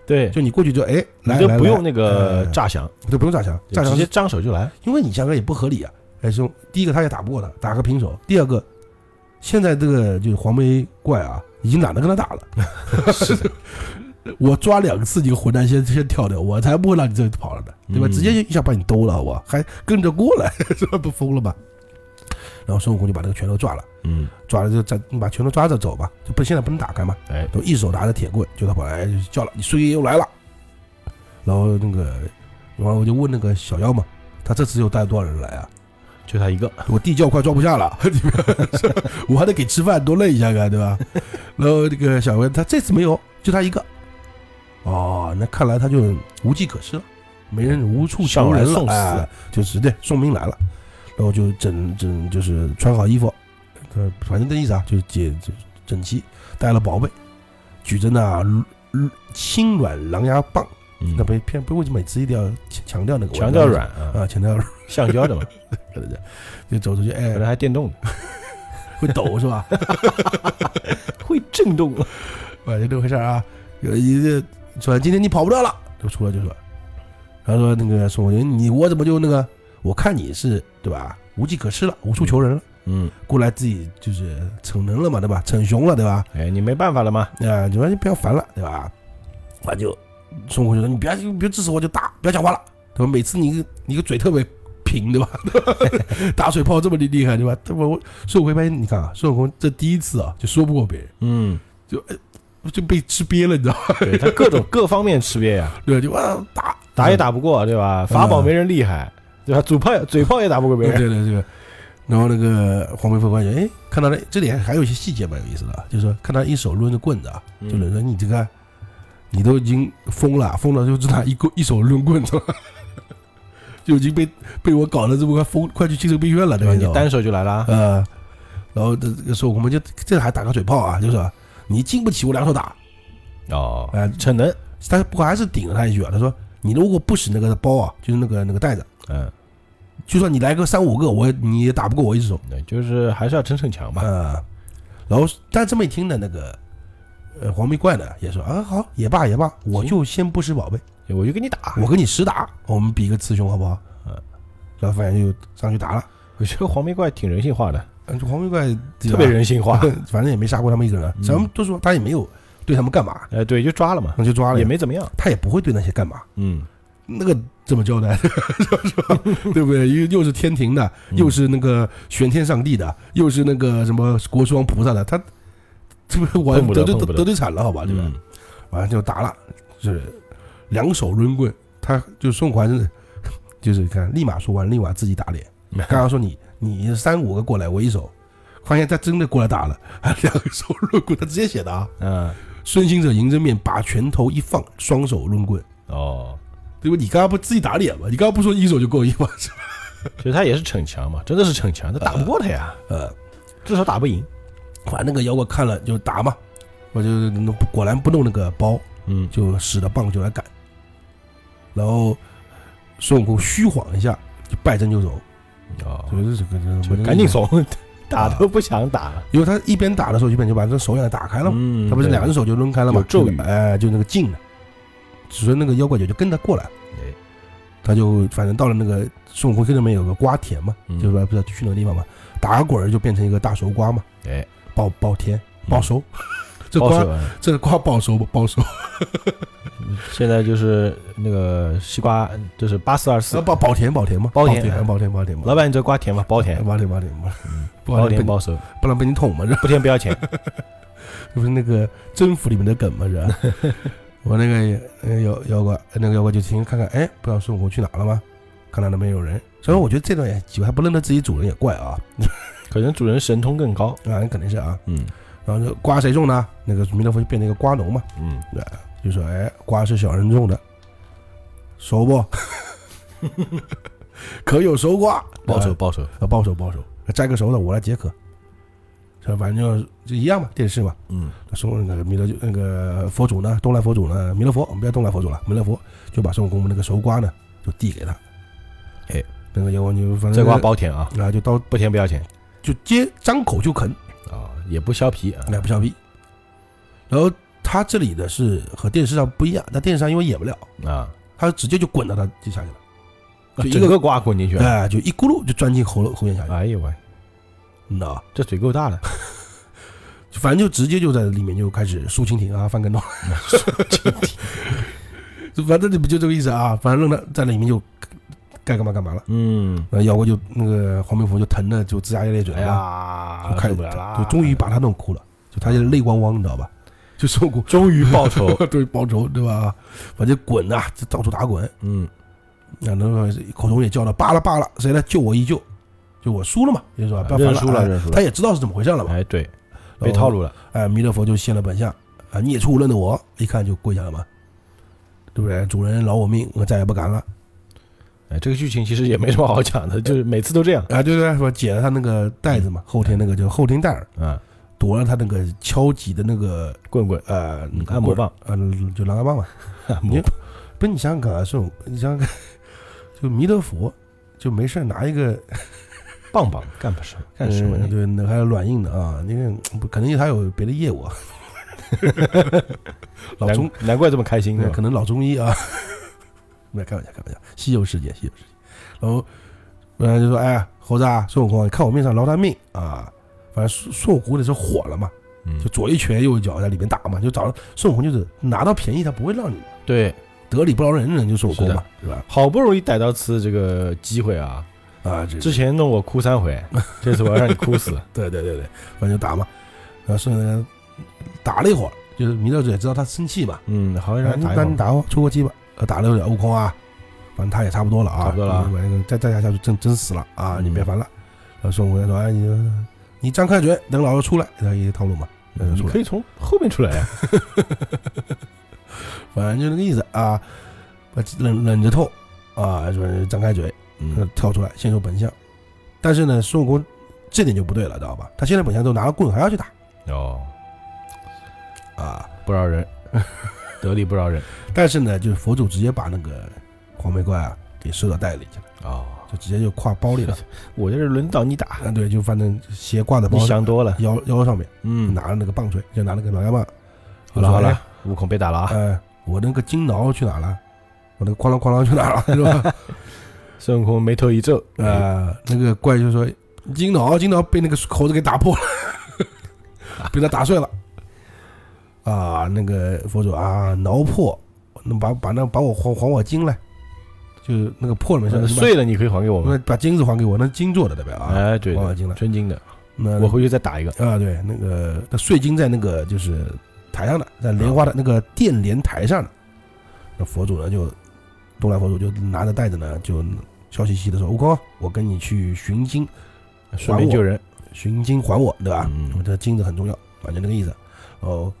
S1: 对，
S2: 就你过去就哎
S1: 你
S2: 来
S1: 就
S2: 来
S1: 不
S2: 来
S1: 用那个
S2: 哎
S1: 诈降，
S2: 就不用炸墙，
S1: 就
S2: 炸墙
S1: 直
S2: 是
S1: 接张手就
S2: *laughs*
S1: 来。
S2: 因为你下个也不合理啊。哎兄，第一个他也打不过他，打个平手；第二个，现在这个就是黄眉怪啊，已经懒得跟他打了。我抓两次，你个混蛋先先跳掉，我才不会让你这里跑了呢，对吧？
S1: 嗯
S2: 直接一下把你兜了，好不好？还跟着过来， *laughs* 这不疯了吧？然后孙悟空就把这个拳头抓了，
S1: 嗯，
S2: 抓了就再你把拳头抓着走吧，就不现在不能打开嘛。
S1: 哎，
S2: 都一手拿着铁棍，就他跑来就叫了：“你孙爷又来了。”然后那个，然后我就问那个小妖嘛，他这次又带多少人来啊？
S1: 就他一个，
S2: 我地窖快装不下了， *laughs* 你们我还得给吃饭，多累一下个，对吧？ *laughs* 然后这个小妖他这次没有，就他一个。哦，那看来他就无计可施了，没人无处求
S1: 上来
S2: 人了，
S1: 送死
S2: 哎就是对送命来了，然后就整整就是穿好衣服，呃，反正这意思啊，就是解就整齐，带了宝贝，举着那嗯轻软狼牙棒，
S1: 嗯
S2: 那不偏不为什么每次一定要强强调那个
S1: 强调软啊，
S2: 啊，强调软，
S1: 橡胶的
S2: *laughs*
S1: 嘛，
S2: 对对对，就走出去，哎
S1: 可，能还电动的，
S2: 会抖是吧？
S1: 会震动。
S2: 反正这回事儿啊，有一个说今天你跑不掉了，就出来就说，然后说那个孙悟空，你我怎么就那个？我看你是对吧？无计可施了，无处求人了，
S1: 嗯，
S2: 过来自己就是逞能了嘛，对吧？逞雄了，对吧？
S1: 哎，你没办法了吗？
S2: 啊、你们就不要烦了，对吧？完就孙悟空就说：“你别你别支持我就打，不要讲话了，对吧？每次你你个嘴特别平，对吧？ *laughs* 打水泡这么厉厉害，对吧？这我我孙悟空发现，你看啊，孙悟空这第一次啊就说不过别人，
S1: 嗯，
S2: 就被吃瘪了，你知道吗？
S1: 对他
S2: *laughs*
S1: 各种各方面吃瘪呀，
S2: 对吧，就啊打
S1: 打也打不过，对吧？
S2: 嗯
S1: 法宝没人厉害，对吧？嘴炮嘴炮也打不过别
S2: 对
S1: 人。
S2: 嗯对对对。然后那个黄眉佛官就哎，看到了这里还有一些细节蛮有意思的啊，就是说看他一手抡着棍子啊，
S1: 嗯
S2: 就有人说你这个，你都已经疯了，疯了就只拿一棍一手抡棍子了， *laughs* 就已经被被我搞得这么快疯，快去精神病院了，
S1: 对
S2: 对
S1: 吧？
S2: 吧？
S1: 你单手就来了啊，
S2: 呃，然后这这个时候我们就这还打个嘴炮啊，就是说你经不起我两手打，
S1: 哦
S2: 哎，
S1: 逞能，
S2: 但是不过还是顶了他一句啊，他说你如果不使那个包啊，就是那个那个袋子，
S1: 嗯，
S2: 就算你来个三五个，我也你也打不过我一只手。
S1: 那就是还是要逞逞强吧。
S2: 啊，然后但这么一听呢，那个呃黄眉怪呢也说啊好也罢也罢，我就先不使宝贝，
S1: 我就给你打，
S2: 我跟你实打，我们比个雌雄好不好？
S1: 嗯，
S2: 然后反正就上去打了，
S1: 我觉得黄眉怪挺人性化的，
S2: 嗯，黄眉怪
S1: 特别， *laughs* 人性化
S2: 对。吧反正也没杀过他们一个人，啊
S1: 嗯
S2: 咱们都说他也没有对他们干嘛，
S1: 哎，对，就抓了嘛，
S2: 那就抓了
S1: 也
S2: 呀，
S1: 没怎么样。
S2: 他也不会对那些干嘛，
S1: 嗯，
S2: 那个怎么交代？ *laughs* 对不 *laughs* 对？又又是天庭的，
S1: 嗯
S2: 又是那个玄天上帝的，又是那个什么国师王菩萨的，他这不玩
S1: 碰不
S2: 得
S1: 得
S2: 罪
S1: 碰不得
S2: 得罪惨了，好吧，对吧？
S1: 嗯
S2: 完了就打了，就是两手抡棍，他就宋款是，就是看立马说完，立马自己打脸。嗯刚刚说你你三五个过来，我一手，发现他真的过来打了， *laughs* 两手抡棍，他直接写的啊。
S1: 嗯，
S2: 孙行者迎着面，把拳头一放，双手抡棍。
S1: 哦，
S2: 对吧？你刚刚不自己打脸吗？你刚刚不说一手就够一吗？是吧
S1: 其实他也是逞强嘛，真的是逞强，他打不过他呀，
S2: 呃，
S1: 至少打不赢。
S2: 反正那个妖怪看了就打嘛，我就果然不弄那个包，
S1: 嗯
S2: 就使了棒就来赶。然后孙悟空虚晃一下，就败阵就走，
S1: 哦，
S2: 就是嗯这个这个
S1: 赶紧怂， *laughs* 打都不想打了。
S2: 因为他一边打的时候，一边就把这手眼打开了嘛，
S1: 嗯
S2: 他不是两只
S1: 人，
S2: 手就抡开了嘛
S1: 有，咒语
S2: 就哎，就那个劲了。所以那个妖怪就就跟他过来，
S1: 哎
S2: 他就反正到了那个孙悟空跟那边有个瓜田嘛，
S1: 嗯
S2: 就是不是去那个地方嘛，打个滚儿就变成一个大熟瓜嘛。
S1: 哎，
S2: 爆爆天
S1: 嗯
S2: 爆收，这
S1: 报
S2: 瓜
S1: 仇啊
S2: 这瓜爆收不爆收？
S1: 现在就是那个西瓜，就是八四二四，
S2: 爆爆啊田爆田嘛，
S1: 包
S2: 爆
S1: 田
S2: 田
S1: 哎
S2: 爆田爆田嘛，哎
S1: 老板你这嗯瓜甜吗？包甜，
S2: 爆田爆田嘛， *laughs* 不
S1: 包
S2: 然被
S1: 甜
S2: 你
S1: 包收，
S2: 不然被你捅嘛，这
S1: 不甜不要钱。
S2: *laughs* 这不是那个征服里面的梗嘛，是吧？ *laughs* 我那个呃妖妖怪，那个妖怪就停看看，哎，不知道孙悟空去哪了吗？看到那边有人，虽然我觉得这段也奇怪，还不认得自己主人也怪啊，
S1: 可能主人神通更高。
S2: 啊，肯定是啊。
S1: 嗯
S2: 然后这瓜谁种呢？那个弥勒佛就变成一个瓜农嘛，
S1: 嗯，
S2: 就说：“哎，瓜是小人种的，熟不？ *laughs* 可有熟瓜？
S1: 报仇
S2: 啊
S1: 报仇。
S2: 啊，报仇报仇，摘个熟的我来解渴。”这反正就就一样嘛，电视嘛。
S1: 嗯
S2: 说那个弥勒就那个佛祖呢，东来佛祖呢，弥勒佛，我们不要东来佛祖了，弥勒佛就把孙悟空那个熟瓜呢就递给他。
S1: 哎，
S2: 那个妖怪就反正
S1: 这瓜包甜啊，
S2: 啊，就到
S1: 不甜不要钱
S2: 就接张口就啃，
S1: 啊，也不削皮啊。
S2: 那不像屁。然后他这里的是和电视上不一样，他电视上因为演不了。
S1: 啊，
S2: 他直接就滚到他地下去了，就一
S1: 整个瓜滚进去了。
S2: 哎、就一咕噜就钻进喉咙喉咽下去，
S1: 哎呦喂，
S2: 你知道吧？
S1: 这嘴够大的。
S2: 反正就直接就在里面就开始竖蜻蜓啊，翻跟头， *laughs* 反正这不就这个意思啊？反正让他在里面就该干嘛干嘛了。
S1: 嗯，
S2: 然后妖怪就那个黄飞鸿就疼的就龇牙咧嘴
S1: 哎
S2: 了嘛，
S1: 呀
S2: 就，开
S1: 受
S2: 始
S1: 不了啦！
S2: 就终于把他弄哭了，就他就泪汪汪，你知道吧？就受过
S1: 终于报仇。
S2: *laughs* 对报仇对吧？反正滚啊，就到处打滚，
S1: 嗯
S2: 那那个口中也叫了罢了罢了，谁来救我一救？就我输了嘛，就是说
S1: 啊
S2: 不要
S1: 认
S2: 烦
S1: 输了
S2: 哎
S1: 认输了
S2: 他也知道是怎么回事了嘛，
S1: 哎，对，
S2: 然后
S1: 被套路了。
S2: 哎，弥勒佛就现了本相啊，你也出无认的我，一看就跪下了嘛，对不对？主人饶我命，我再也不敢了。
S1: 哎，这个剧情其实也没什么好讲的，就是每次都这样。
S2: 啊，对对对，说解了他那个袋子嘛，后天那个就后天带儿，
S1: 啊，
S2: 夺了他那个敲击的那个
S1: 棍棍，
S2: 呃
S1: 嗯按摩，棒，
S2: 呃，就狼牙棒嘛。
S1: 按摩棒
S2: 不是你想想看啊，这种你想想看， *laughs* 就弥勒佛就没事儿拿一个
S1: 棒棒，干不什么干什么
S2: 嗯
S1: 呢？
S2: 对，那还有软硬的啊，那个嗯肯定他有别的业务啊。 *laughs* 老中
S1: 难难怪这么开心
S2: 那
S1: 呢
S2: 可。能老中医啊， *laughs* 没有开玩笑，开玩笑，西游世界，西游世界。然后，然后就说：“哎呀，猴子啊，孙悟空啊，你看我面上饶他命啊！”反正孙孙悟空那时候火了嘛，
S1: 嗯
S2: 就左一拳右一脚在里面打嘛，就找孙悟空就是拿到便宜他不会让你
S1: 对，
S2: 得理不饶人，人就孙悟空嘛，对吧？
S1: 好不容易逮到次这个机会啊，
S2: 啊，这
S1: 之前弄我哭三 *laughs* 回，这次我要让你哭 *laughs* 死。
S2: 对对对对，反正就打嘛。然后孙悟空打了一会儿，就是弥勒者也知道他生气嘛，
S1: 嗯，好像让他
S2: 那
S1: 打一
S2: 你
S1: 会儿
S2: 打我出过鸡吧？呃，打了有点悟空啊，反正他也差不多了啊，
S1: 差不多了啊
S2: 嗯再再下下去真真死了啊！
S1: 嗯
S2: 你别烦了。然后孙悟空说：“哎，你你张开嘴，等老子出来。”然后一些套路嘛，那
S1: 你
S2: 就出
S1: 嗯可
S2: 来，
S1: 以从后面出来呀。啊 *laughs*
S2: 反正就那个意思啊。把忍忍着痛啊，说张开嘴，呃
S1: 嗯，
S2: 跳出来，现出本相。但是呢，孙悟空这点就不对了，知道吧？他现在本相之后拿了棍还要去打
S1: 哦，
S2: 啊。
S1: 不饶 *laughs* 人，得理不饶人。
S2: 但是呢，就是佛祖直接把那个黄眉怪啊给收到袋里去了，
S1: 哦，
S2: 就直接就挎包
S1: *laughs*
S2: 里了。
S1: 我这是轮到你打，
S2: 啊，对，就反正斜挂在包
S1: 你想多了。
S2: 腰腰上面，
S1: 嗯，
S2: 拿着那个棒槌，就拿那个狼牙棒。
S1: 好了好
S2: 哎
S1: 了，悟空被打了啊！
S2: 呃，我那个金挠去哪了？我那个哐啷哐啷去
S1: *laughs*
S2: 哪了？是吧？
S1: 孙悟空眉头一皱，啊，
S2: 呃，那个怪就说金挠金挠被那个猴子给打破了， *laughs* 被他打碎了。啊，那个佛祖啊，挠破，能把把那把我还还我金来。就是那个破了没事，
S1: 呃
S2: 你把
S1: 碎了你可以还给我
S2: 不
S1: 们
S2: 是。把金子还给我，那是金做的代表啊，
S1: 哎，对，
S2: 王
S1: 对
S2: 法金了。
S1: 真金的，
S2: 那
S1: 我回去再打一个。
S2: 啊，对，那个那碎金在那个就是台上的，在莲
S1: 啊
S2: 花的那个殿莲台上的，那佛祖呢就东来佛祖就拿着袋子呢，就笑嘻嘻的说：“悟空，我跟你去寻金，
S1: 顺便救人，
S2: 寻金还我，对吧？
S1: 嗯
S2: 我这金子很重要，反正那个意思。”哦，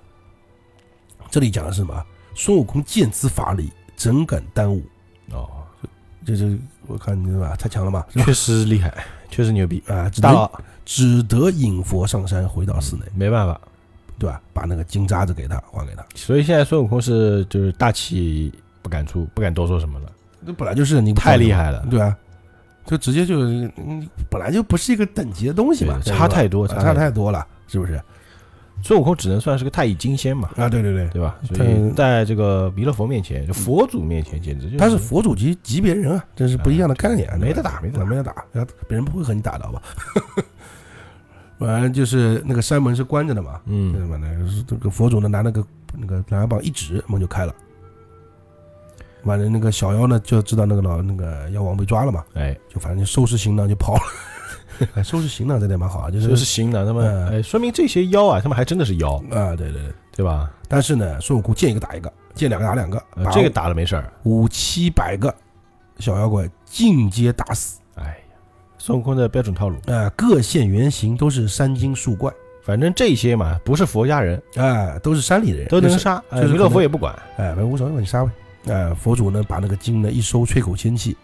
S2: 这里讲的是什么？啊孙悟空见之乏力，怎敢耽误？
S1: 哦，
S2: 这这我看你是吧，太强了吧？是吧
S1: 确实厉害，确实牛逼。
S2: 啊，只
S1: 大
S2: 得
S1: 佬，
S2: 只得引佛上山，回到寺内，
S1: 没办法，
S2: 对吧？把那个金渣子给他，还给他。
S1: 所以现在孙悟空是就是大气不敢出，不敢多说什么了，
S2: 那本来就是你
S1: 太厉
S2: 害
S1: 害了，
S2: 对啊，就直接就嗯，本来就不是一个等级的东西嘛，
S1: 对差太多，
S2: 多
S1: 差
S2: 差
S1: 太
S2: 太多了，是不是？
S1: 孙悟空只能算是个太乙金仙嘛，
S2: 啊，对对对，
S1: 对吧？所以
S2: 对
S1: 在这个弥勒佛面前，就佛祖面前，简直就
S2: 他是佛祖级级别人啊，这是不一样的概念啊，
S1: 哎
S2: 对吧
S1: 没得打没得打
S2: 没得打，然后别人不会和你打的好吧？ *laughs* 反正就是那个山门是关着的嘛，对
S1: 嗯，
S2: 吧？那个是这个佛祖呢拿那个那个琅琊榜一指，门就开了。完了，那个小妖呢就知道那个老那个妖王被抓了嘛，
S1: 哎，
S2: 就反正就收拾行囊就跑了。 *laughs* 哎，收拾行囊这点蛮好啊，就
S1: 这
S2: 是
S1: 是行囊，他们
S2: 嗯
S1: 哎，说明这些妖啊，他们还真的是妖，
S2: 啊，对对对。
S1: 对吧？
S2: 但是呢，孙悟空见一个打一个，见两个打两个，
S1: 呃
S2: 把
S1: 这个打了没事儿，
S2: 五七百个小妖怪尽皆打死。
S1: 哎呀，孙悟空的标准套路，
S2: 啊，各现原形，都是山精树怪，
S1: 反正这些嘛，不是佛家人
S2: 啊，都是山里的人，
S1: 都
S2: 就
S1: 能
S2: 是，
S1: 杀，哎
S2: 就是
S1: 弥勒
S2: 可
S1: 佛
S2: 能
S1: 也不管，
S2: 哎，反正无所谓，你杀呗。哎，佛祖呢，把那个金呢一收，吹口仙气，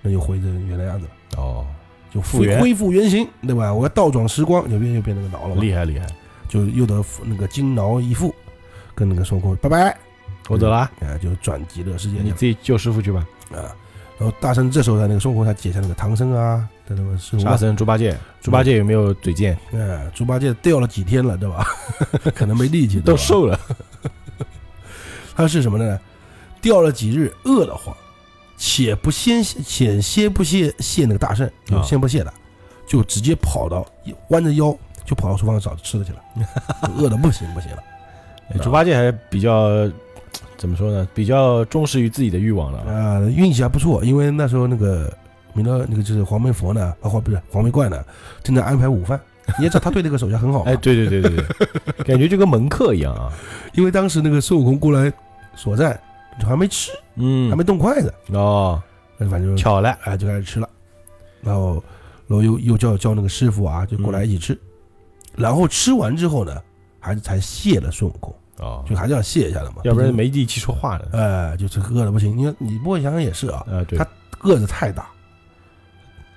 S2: 那就回成原来样子了，
S1: 哦，
S2: 就
S1: 复原
S2: 恢复原形，对吧？我要倒转时光，就变又变那个挠了嘛，
S1: 厉害厉害，
S2: 就又得那个金挠一副，跟那个孙悟空拜拜，
S1: 我走了啊，
S2: 哎，就转极乐世界去
S1: 你
S2: 了。
S1: 自己救师傅去吧。
S2: 啊。然后大圣这时候呢，那个孙悟空才解下那个唐僧啊，他那个师傅
S1: 沙
S2: 啊，
S1: 僧、猪八戒，猪八戒有没有嘴贱？
S2: 哎，猪八戒掉了几天了，对吧？ *laughs* 可能没力气，
S1: 都
S2: 对吧
S1: 瘦了，
S2: 他是什么呢？掉了几日，饿得慌，且不先且先不谢谢那个大圣，就
S1: 啊
S2: 先不谢他，就直接跑到弯着腰就跑到厨房找
S1: *laughs*
S2: 吃的去了，饿得不行不行了。
S1: 哎猪八戒还比较怎么说呢？比较忠实于自己的欲望了啊。
S2: 啊、运气还不错，因为那时候那个弥勒那个就是黄眉佛呢，啊黄不是黄眉怪呢，正在安排午
S1: *laughs*
S2: 饭。你也知道他对那个手下很好嘛，
S1: 哎，对对对对 *laughs* 对，感觉就跟门客一样啊。
S2: 因为当时那个孙悟空过来所在，还没吃，还
S1: 嗯，
S2: 没动筷子，
S1: 哦，
S2: 反正就
S1: 巧了，
S2: 哎就开始吃了，然后然后又又叫叫那个师傅啊，就过来一起吃，然后吃完之后呢，还是才谢了孙悟空，
S1: 哦，嗯
S2: 就还是要谢一下的嘛，
S1: 要不然没力气说话了。
S2: 呃就是饿的不行，你看你不过想想也是啊，
S1: 啊，对
S2: 他，个子太大，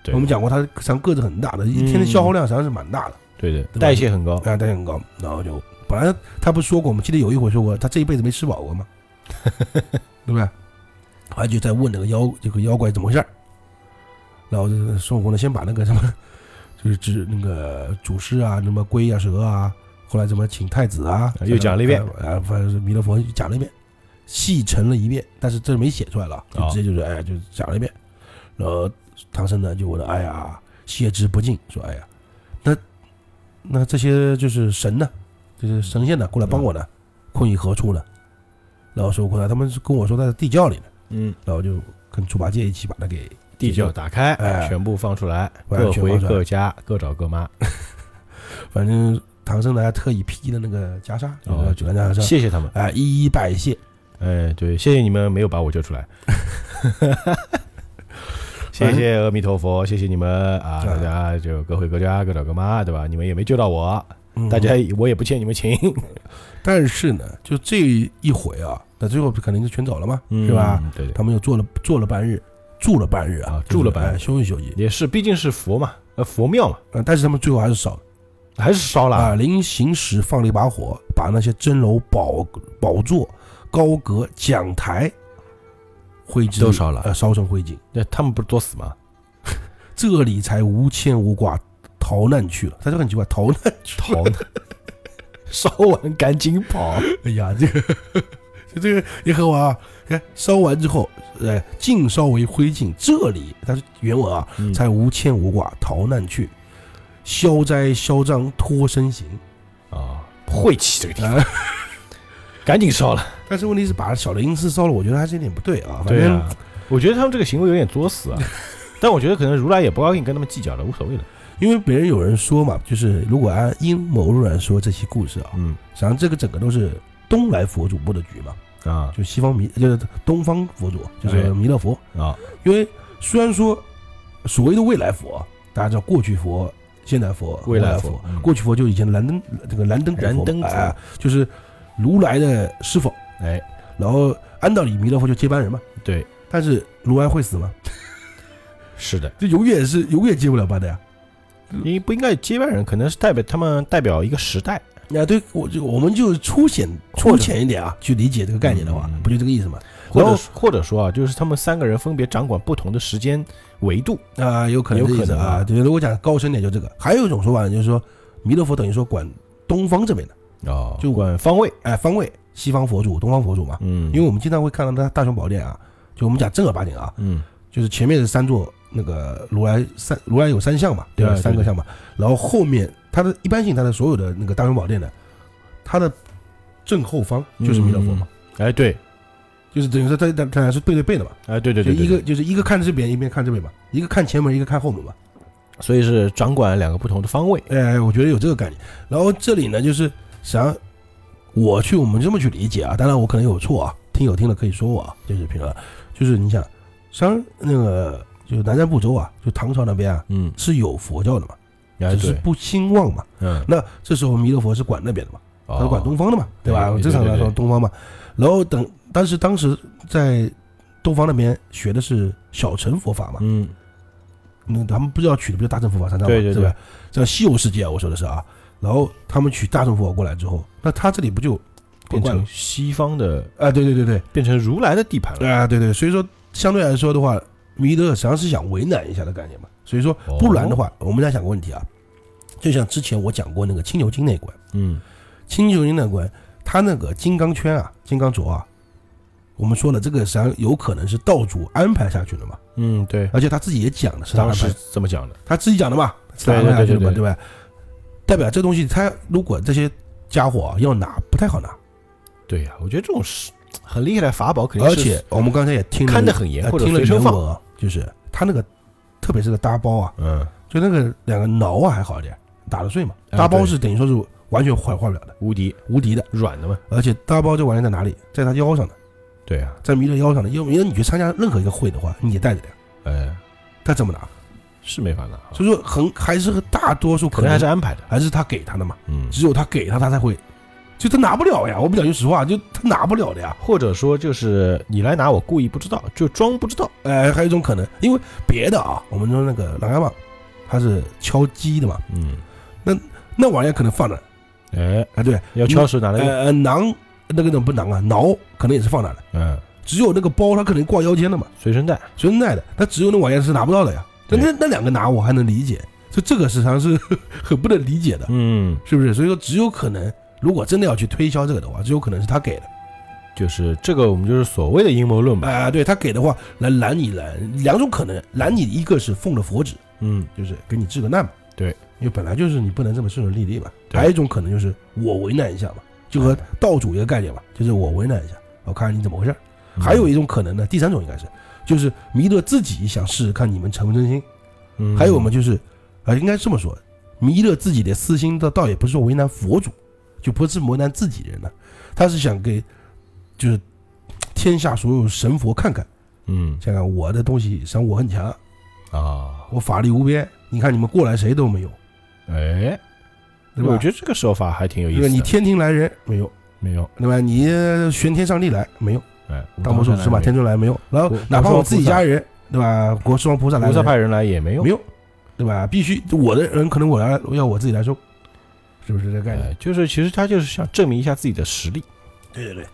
S1: 对嗯
S2: 我们，讲过他实际上个子很大的，一天的消耗量实际上是蛮大的，
S1: 对对
S2: 对吧
S1: 代谢很高，
S2: 啊，但很高，然后就本来他不是说过，我们记得有一回说过，他这一辈子没吃饱
S1: *laughs*
S2: 过吗？对不对？后来就在问那个妖这个妖怪怎么回事儿，然后这个孙悟空呢，先把那个什么，就是指那个祖师啊，什么龟啊、蛇啊，后来怎么请太子啊，
S1: 又讲了一遍
S2: 啊，反正是弥勒佛讲了一遍，细陈了一遍，但是这没写出来了，就
S1: 哦
S2: 直接就是哎，就讲了一遍，然后唐僧呢就问了，哎呀，谢之不尽，说哎呀，那那这些就是神呢，就是神仙呢，过来帮我呢，困于何处呢？然后孙悟空呢，他们是跟我说在地窖里呢，
S1: 嗯，
S2: 然后就跟猪八戒一起把他给
S1: 地窖打开，
S2: 哎
S1: 全部放出来，
S2: 完
S1: 各
S2: 全
S1: 回
S2: 放出来
S1: 各家，各找各妈。
S2: 反正唐僧呢还特意披的那个袈裟，
S1: 哦
S2: 九段袈裟，
S1: 谢谢他们，
S2: 哎，一一拜谢。
S1: 哎，对，谢谢你们没有把我救出 *laughs* 来，谢谢阿弥陀佛，谢谢你们啊，大
S2: 啊
S1: 家就各回各家，各找各妈，对吧？你们也没救到我，
S2: 嗯
S1: 大家我也不欠你们情，
S2: 但是呢，就这一回啊，那最后肯定就全走了嘛，是吧？
S1: 嗯？对对，
S2: 他们又坐了坐了半日，住了半日啊，
S1: 啊住了半日
S2: 哎休息休息。
S1: 也是，毕竟是佛嘛，呃，佛庙嘛，
S2: 呃，但是他们最后还是少
S1: 还是烧了，
S2: 啊，临行时放了一把火，把那些真楼宝宝座、高阁、讲台灰烬
S1: 都烧了
S2: 呃，烧成灰烬。
S1: 那他们不是作死 *laughs* 吗？
S2: 这里才无牵无挂逃难去了，他就很奇怪，逃难 *laughs* 去
S1: 逃
S2: 了。
S1: 呢，烧完赶紧跑，
S2: 哎呀，这个这个也很好玩啊！看烧完之后，呃，尽烧为灰烬。这里它是原文啊，
S1: 嗯
S2: 才无牵无挂逃难去，消灾消障脱身行。
S1: 啊，晦气这个地方，
S2: 啊，
S1: 赶紧烧了，
S2: 但是问题是把小灵寺烧了，我觉得还是有点不对啊。反
S1: 对
S2: 正
S1: 啊，我觉得他们这个行为有点作 *laughs* 死啊，但我觉得可能如来也不高兴，跟他们计较了，无所谓了。
S2: 因为别人有人说嘛，就是如果按阴谋论来说这些故事啊，
S1: 嗯
S2: 实际上这个整个都是东来佛祖布的局嘛，
S1: 啊
S2: 就西方弥就是东方佛祖，就是
S1: 哎
S2: 弥勒佛。
S1: 啊，
S2: 因为虽然说所谓的未来佛，啊大家知道过去佛、现代佛、
S1: 未
S2: 未
S1: 来
S2: 来
S1: 佛嗯
S2: 过去佛就以前蓝灯这个蓝灯
S1: 燃灯
S2: 佛
S1: 佛
S2: 哎，就是如来的师傅，
S1: 哎，
S2: 然后按道理弥勒佛就接班人嘛，
S1: 对，
S2: 但是如来会死吗？
S1: 是的，
S2: 这永远是永远接不了班的呀。嗯
S1: 因为不应该有接班人，可能是代表他们代表一个时代。
S2: 那对我就我们就粗浅
S1: 或者
S2: 粗浅一点啊，去理解这个概念的话
S1: 嗯，
S2: 不就这个意思吗？
S1: 或
S2: 然后
S1: 者或者说啊，就是他们三个人分别掌管不同的时间维度。
S2: 啊，有可能
S1: 有
S2: 这意
S1: 可
S2: 思
S1: 能
S2: 啊。
S1: 啊
S2: 对，如果讲高深点，就这个。还有一种说法呢，就是说弥勒佛等于说管东方这边的，
S1: 哦
S2: 就
S1: 就管方位，
S2: 哎，方位，西方佛祖、东方佛祖嘛。
S1: 嗯
S2: 因为我们经常会看到他大雄宝殿啊，就我们讲正儿八经啊，
S1: 嗯
S2: 就是前面是三座那个如来三如来有三像嘛，对吧？
S1: 对对
S2: 三个像嘛，然后后面它的一般性，它的所有的那个大雄宝殿的，它的正后方就是弥勒佛嘛，
S1: 哎对，
S2: 就是等于说它它它俩是背对背的嘛，
S1: 哎对对
S2: 就
S1: 对，对
S2: 一个
S1: 对
S2: 就是一个看这边，一边看这边嘛，一个看前门，一个看后门嘛。
S1: 所以是掌管两个不同的方位。
S2: 哎，我觉得有这个概念。然后这里呢，就是想我去我们这么去理解啊，当然我可能有错啊，听友听了可以说我啊，就是评论，就是你想商那个就是南瞻部洲啊，就唐朝那边啊
S1: 嗯，
S2: 是有佛教的嘛，
S1: 哎
S2: 只是
S1: 对，
S2: 不兴旺嘛。
S1: 嗯，
S2: 那这时候弥勒佛是管那边的嘛，他是
S1: 哦
S2: 管东方的嘛，对吧？
S1: 对对
S2: 正常来
S1: 对
S2: 说
S1: 对
S2: 东方嘛。然后等，但是当时在东方那边学的是小乘佛法嘛，
S1: 嗯
S2: 那他们不知道取的不就大乘佛法三藏嘛，
S1: 对对
S2: 是
S1: 对
S2: 吧？像西游世界啊，我说的是啊，然后他们取大乘佛法过来之后，那他这里不就
S1: 变
S2: 怪
S1: 成
S2: 了
S1: 西方的，
S2: 啊？对对对对，
S1: 变成如来的地盘了。
S2: 啊对对，所以说相对来说的话，弥勒实际上是想为难一下的概念嘛。所以说，不然的话，
S1: 哦
S2: 我们来想个问题啊，就像之前我讲过那个青牛精那一关，
S1: 嗯，
S2: 青牛精那一关，他那个金刚圈啊，金刚镯啊。我们说了，这个实际上有可能是道主安排下去的嘛，
S1: 嗯，对，
S2: 而且他自己也讲的是他安
S1: 当
S2: 排的
S1: 时这么讲的。
S2: 他自己讲的嘛，是他
S1: 对对
S2: 按下去的嘛，
S1: 对对对
S2: 对吧？代表这东西，他如果这些家伙啊要拿，不太好拿，
S1: 对呀，我觉得这种是很厉害的法宝，肯定
S2: 而
S1: 是
S2: 且我们刚才也听了
S1: 看得很严，
S2: 呃
S1: 或者
S2: 听了
S1: 随身
S2: 原
S1: 放。
S2: 文啊，就是他那个，特别是个搭包啊，
S1: 嗯，
S2: 就那个两个挠啊还好一点，打得碎嘛。
S1: 哎
S2: 搭包是等于说是完全坏坏不了的，
S1: 无敌
S2: 无敌的。
S1: 软的嘛。
S2: 而且搭包这玩意在哪里？在他腰上的，
S1: 对呀，
S2: 在弥勒腰上的。因为因为你去参加任何一个会的话，你也带着点，
S1: 哎，
S2: 他怎么拿？
S1: 是没法拿啊，
S2: 所以说很还是大多数
S1: 可
S2: 可
S1: 能还
S2: 能
S1: 是安排的。
S2: 还是他给他的嘛。
S1: 嗯，
S2: 只有他给他，他才会，就他拿不了呀。我们讲句实话，就他拿不了的呀。
S1: 或者说就是你来拿，我故意不知道，就装不知道。
S2: 呃，还有一种可能，因为别的啊，我们说那个琅琊榜，它是敲击的嘛，
S1: 嗯，
S2: 那玩意儿可能放着
S1: 哎，
S2: 啊，对，
S1: 要敲手拿来用。
S2: 呃，囊那个不囊啊，挠可能也是放那的，
S1: 嗯，
S2: 只有那个包它可能挂腰间的嘛，
S1: 随身带。
S2: 随身带的，它只有那玩意儿是拿不到的呀。那
S1: 对
S2: 那那两个拿我还能理解，就这个实际上是 *laughs* 很不能理解的，
S1: 嗯，
S2: 是不是？所以说只有可能，如果真的要去推销这个的话，只有可能是他给的。
S1: 就是这个，我们就是所谓的阴谋论吧。
S2: 啊、对他给的话来拦你拦，两种可能，拦你一个是奉了佛旨，
S1: 嗯，
S2: 就是给你治个难嘛，
S1: 对，
S2: 因为本来就是你不能这么顺顺利利嘛。
S1: 对哎
S2: 还有一种可能就是我为难一下嘛，就和道主一个概念嘛，就是我为难一下，我看看你怎么回事儿。
S1: 嗯
S2: 还有一种可能呢，第三种应该是，就是弥勒自己想试试看你们诚不诚心。
S1: 嗯，
S2: 还有我们就是，啊、应该这么说，弥勒自己的私心倒倒也不是说为难佛祖，就不是为难自己人了，他是想给就是天下所有神佛看看。
S1: 嗯
S2: 想想我的东西，实际上我很强，
S1: 啊，
S2: 我法力无边。你看你们过来谁都没有，
S1: 哎，
S2: 对吧？
S1: 我觉得这个手法还挺有意
S2: 对
S1: 思
S2: 吧？
S1: 的。
S2: 你天庭来人没有，
S1: 没有，
S2: 对吧？你呃玄天上帝来没有？
S1: 哎，
S2: 大魔术是吧？天
S1: 天
S2: 尊来没有？然后
S1: 国
S2: 哪怕
S1: 国
S2: 我
S1: 师
S2: 自己家人，对吧？国师王菩萨来
S1: 菩萨
S2: 人
S1: 派人来也没用
S2: 没。有，对吧？必须我的人可能我来要我自己来收，是不是这个概念？
S1: 哎，就是其实他就是想证明一下自己的实力。
S2: 对对对，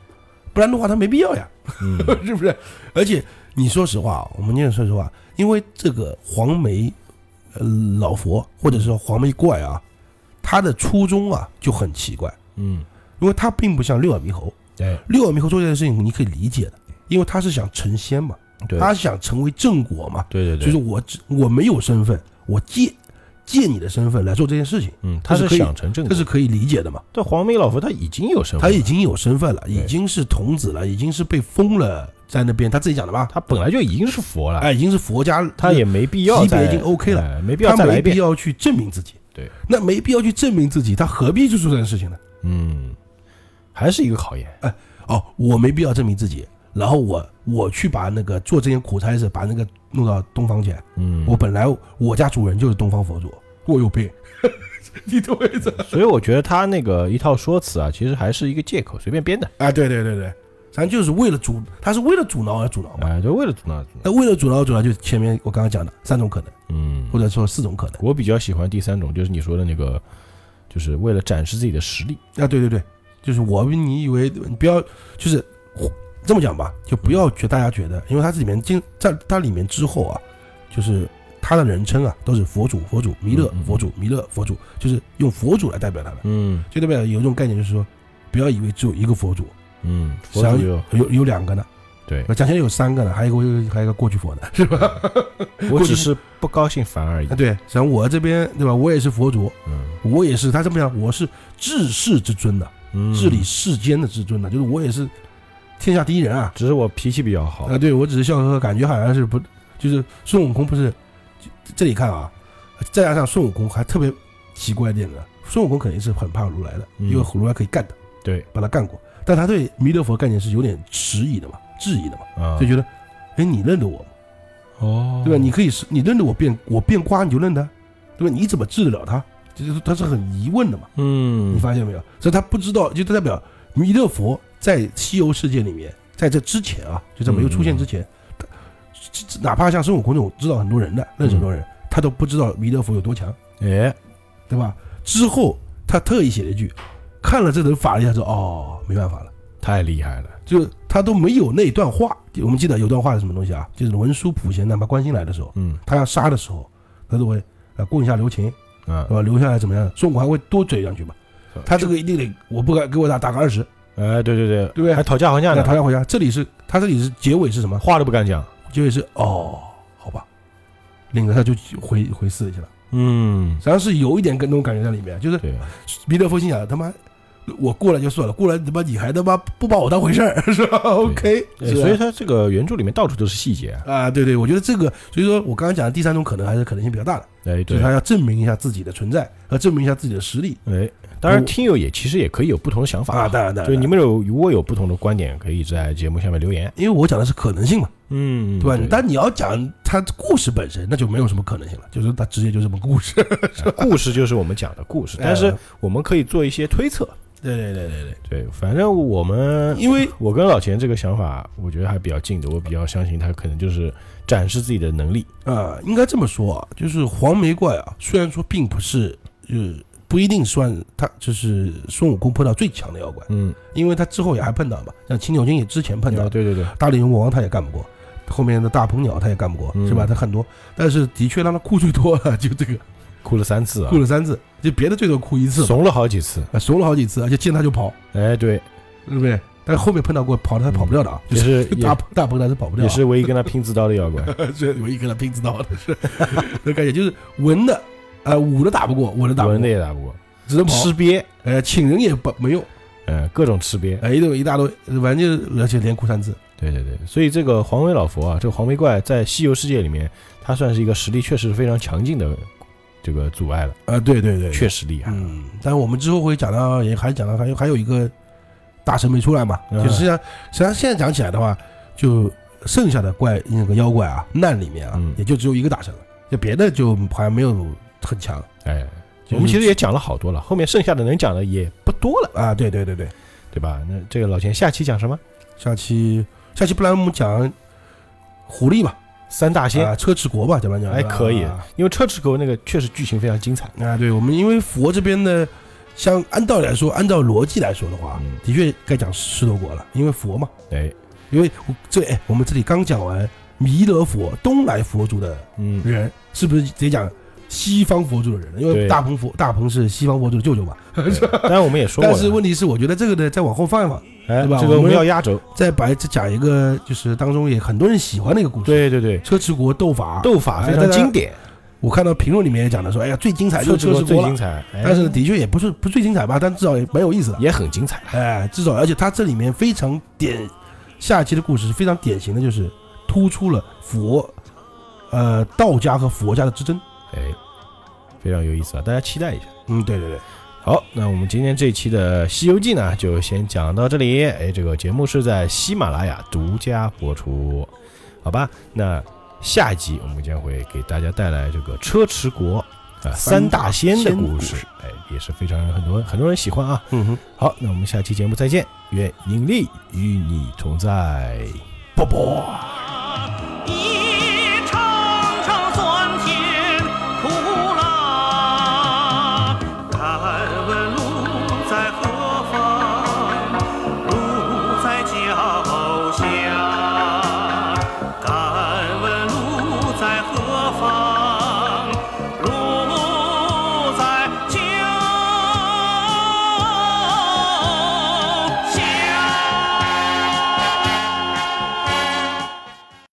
S2: 不然的话他没必要呀，
S1: 嗯
S2: *laughs* 是不是？而且你说实话啊，我们念说实话，因为这个黄眉呃老佛或者是黄眉怪啊，他的初衷啊就很奇怪，
S1: 嗯，
S2: 因为他并不像六耳猕猴，
S1: 哎，
S2: 六耳猕猴做这件事情你可以理解的，因为他是想成仙嘛，
S1: 对，
S2: 他想成为正果嘛，
S1: 对对对，
S2: 就是我只我没有身份，我借借你的身份来做这件事情，
S1: 嗯，他
S2: 这
S1: 是
S2: 是可以
S1: 想成正
S2: 这
S1: 果。
S2: 是可以理解的嘛？
S1: 但黄眉老佛他已经有身份
S2: 他
S1: 了，
S2: 已经有身份了，已
S1: 对
S2: 经是童子了，已经是被封了，在那边他自己讲的吧？
S1: 他本来就已经是佛了，
S2: 哎，已经是佛家，
S1: 啊他也没必要
S2: 级别
S1: 再
S2: 已经 OK 了
S1: 哎没必要
S2: 他
S1: 再来
S2: 没
S1: 一
S2: 必
S1: 遍。
S2: 要去证明自己。
S1: 对，
S2: 那没必要去证明自己，他何必去做这件事情呢？
S1: 嗯，还是一个考验。
S2: 哦，我没必要证明自己，然后我我去把那个做这件苦差事，把那个弄到东方去。
S1: 嗯，
S2: 我本来我家主人就是东方佛祖，我有病，你懂我意思？
S1: 所以我觉得他那个一套说辞啊，其实还是一个借口，随便编的，
S2: 啊，对对对对，咱就是为了阻，他是为了阻挠而阻挠嘛。
S1: 哎，就为了阻挠。
S2: 那为了阻挠阻挠，就前面我刚刚讲的三种可能，
S1: 嗯，
S2: 或者说四种可能。
S1: 我比较喜欢第三种，就是你说的那个，就是为了展示自己的实力。
S2: 啊，对对对，就是我你以为你不要，就是这么讲吧，就不要觉大家觉得，因为它这里面经在它里面之后啊，就是他的人称啊都是佛祖、佛祖、弥勒
S1: 嗯嗯嗯、
S2: 佛祖、弥勒、佛祖，就是用佛祖来代表他们，
S1: 嗯
S2: 就代表有一种概念，就是说不要以为只有一个佛祖，
S1: 嗯，佛
S2: 想哎
S1: 祖就
S2: 有有两个呢，
S1: 对，
S2: 讲起来有三个呢，还有一个还有一个过去佛呢， *laughs* 是吧？
S1: 我
S2: 过
S1: 只
S2: 去
S1: 是不高兴烦而已
S2: 啊，。对，像我这边对吧？我也是佛祖，
S1: 嗯
S2: 我也是他这么讲，我是治世之尊的，
S1: 嗯，
S2: 治理世间的至尊的，就是我也是天下第一人啊！
S1: 只是我脾气比较好
S2: 啊，。对我只是笑呵呵，感觉好像是不，就是孙悟空不是这这里看啊，再加上孙悟空还特别奇怪一点的，孙悟空肯定是很怕如来的，
S1: 嗯
S2: 因为如来可以干他，
S1: 对
S2: 把他干过，但他对弥勒佛概念是有点迟疑的嘛，质疑的嘛，
S1: 啊
S2: 就，觉得，哎，你认得我吗？
S1: 哦
S2: 对吧？你可以是，你认得我变我变瓜你就认得，啊对吧？你怎么治得了他？就是他是很疑问的嘛。
S1: 嗯，
S2: 你发现没有？所以他不知道，就代表弥勒佛在西游世界里面，在这之前啊，就在没有出现之前，他这这哪怕像孙悟空这种知道很多人的、认识很多人，他都不知道弥勒佛有多强，
S1: 哎，
S2: 对吧？之后他特意写了一句，看了这层法律，他说：“哦，没办法了。
S1: 太厉害了，”
S2: 就是他都没有那段话，我们记得有段话是什么东西啊？就是文殊普贤南他观心来的时候，
S1: 嗯
S2: 他要杀的时候，他都会呃供一下留情，
S1: 啊
S2: 对，吧？留下来怎么样？孙悟空还会多嘴两句嘛
S1: 是？
S2: 他这个一定得，我不敢给我打打个二十，
S1: 哎，对对对，
S2: 对不对
S1: 还讨价还价
S2: 那
S1: 呢
S2: 讨，价还价，这里是他这里是结尾是什么？
S1: 话都不敢讲。
S2: 结尾是哦，好吧，领着他就回回寺里去了。
S1: 嗯
S2: 实，际上是有一点跟那种感觉在里面，就是
S1: 对，啊
S2: 弥勒佛心想他妈。我过来就算了，过来他妈你还他妈不把我当回事儿 *laughs* 是吧？OK，
S1: 哎
S2: 是吧
S1: 所以他这个原著里面到处都是细节啊。
S2: 啊，对对，我觉得这个，所以说我刚刚讲的第三种可能还是可能性比较大的，
S1: 哎，
S2: 就
S1: 对
S2: 是，他要证明一下自己的存在和证明一下自己的实力
S1: 哎，当然
S2: 我
S1: 听友也其实也可以有不同的想法
S2: 啊，当然当然，
S1: 就是你们有如果有不同的观点，可以在节目下面留言。
S2: 因为我讲的是可能性嘛，
S1: 嗯，
S2: 对吧？但你要讲它故事本身，那就没有什么可能性了，就是它直接就这么故事。 *laughs*
S1: 哎故事就是我们讲的故事，但是我们可以做一些推测。
S2: 对对对对
S1: 对，反正我们
S2: 对，因为
S1: 我跟老钱这个想法，我觉得还比较近的，我比较相信他可能就是展示自己的能力。
S2: 啊、应该这么说啊，就是黄眉怪啊，虽然说并不是，就是不一定算他就是孙悟空碰到最强的妖怪，
S1: 嗯，
S2: 因为他之后也还碰到嘛，像青牛精也之前碰到
S1: 啊，，对对对，
S2: 大力龙王他也干不过，后面的大鹏鸟他也干不过，
S1: 嗯
S2: 是吧？他很多，但是的确让他哭最多了，就这个
S1: 哭了三次啊
S2: 哭，了三次，就别的最多哭一次嘛，
S1: 怂了好几次。
S2: 啊怂了好几次，而且见他就跑，
S1: 哎，对，
S2: 对不对？但是后面碰到过跑的他跑不掉的啊，
S1: 也
S2: 就是
S1: 是
S2: 大
S1: 也
S2: 鹏大鹏还是跑不掉、啊，
S1: 也
S2: *laughs*
S1: 是唯一跟他拼刺刀的妖 *laughs* 怪。
S2: 是唯一跟他拼刺刀的是， *laughs* 那感觉就是文的，呃，武的打不过，文的打不
S1: 文的
S2: 过，
S1: 也打不过，
S2: 只能跑，
S1: 吃瘪，
S2: 呃，请人也不没用，
S1: 呃，各种吃瘪。
S2: 哎，一堆一大堆，反正就是而且连哭三次，
S1: 对对对，所以这个黄眉老佛啊，这个黄眉怪在西游世界里面，它算是一个实力确实非常强劲的这个阻碍了，
S2: 啊，对对对，
S1: 确实厉害。
S2: 嗯，但我们之后会讲到，也还讲到还有还有一个大神没出来嘛，
S1: 嗯
S2: 就实际上实际上现在讲起来的话，就剩下的怪那个妖怪啊，难里面啊
S1: 嗯，
S2: 也就只有一个大神了，就别的就好像没有很强，
S1: 哎，
S2: 就
S1: 我们
S2: 是
S1: 其实也讲了好多了，后面剩下的能讲的也不多了，
S2: 啊，对对对对。
S1: 对吧？那这个老钱下期讲什么？
S2: 下期下期不然我们讲狐狸吧，
S1: 三大仙，
S2: 啊，车迟国吧，讲不讲？
S1: 哎，可以
S2: 啊，
S1: 因为车迟狗那个确实剧情非常精彩。
S2: 啊，对我们因为佛这边呢，像按道理来说，按照逻辑来说的话，
S1: 嗯
S2: 的确该讲狮头国了，因为佛嘛，
S1: 哎，
S2: 因为我这哎，我们这里刚讲完弥勒佛东来佛祖的
S1: 嗯，
S2: 人，是不是得讲西方佛祖的人？因
S1: 对
S2: 为大鹏佛大鹏是西方佛祖的舅舅嘛。
S1: 当然我们也说过
S2: 但是
S1: 了，
S2: 问题是，我觉得这个呢，再往后放一放，
S1: 哎，
S2: 对吧
S1: 这个我
S2: 我
S1: 们
S2: 们
S1: 要压轴。
S2: 再把再讲一个，就是当中也很多人喜欢的一个故事，
S1: 对对对，
S2: 车迟国斗法，
S1: 斗法非
S2: 哎
S1: 常
S2: 大家
S1: 经典，
S2: 我看到评论里面也讲的说，哎呀，最精彩
S1: 说
S2: 就是车
S1: 这
S2: 是
S1: 个最
S2: 国
S1: 精
S2: 了，
S1: 彩，哎
S2: 但是呢的确也不是不最精彩吧，但至少也蛮有意思的。
S1: 也很精彩。
S2: 哎，至少而且它这里面非常典，下期的故事是非常典型的，就是突出了佛，呃，道家和佛家的之争。
S1: 哎，非常有意思啊，大家期待一下。
S2: 嗯，对对对，
S1: 好，那我们今天这一期的《西游记》呢，就先讲到这里。哎，这个节目是在喜马拉雅独家播出，好吧？那下一集我们将会给大家带来这个车迟国啊三大仙的故事，哎，也是非常很多很多人喜欢啊。
S2: 嗯哼，
S1: 好，那我们下期节目再见，愿引力与你同在。
S2: 啵啵。
S3: 一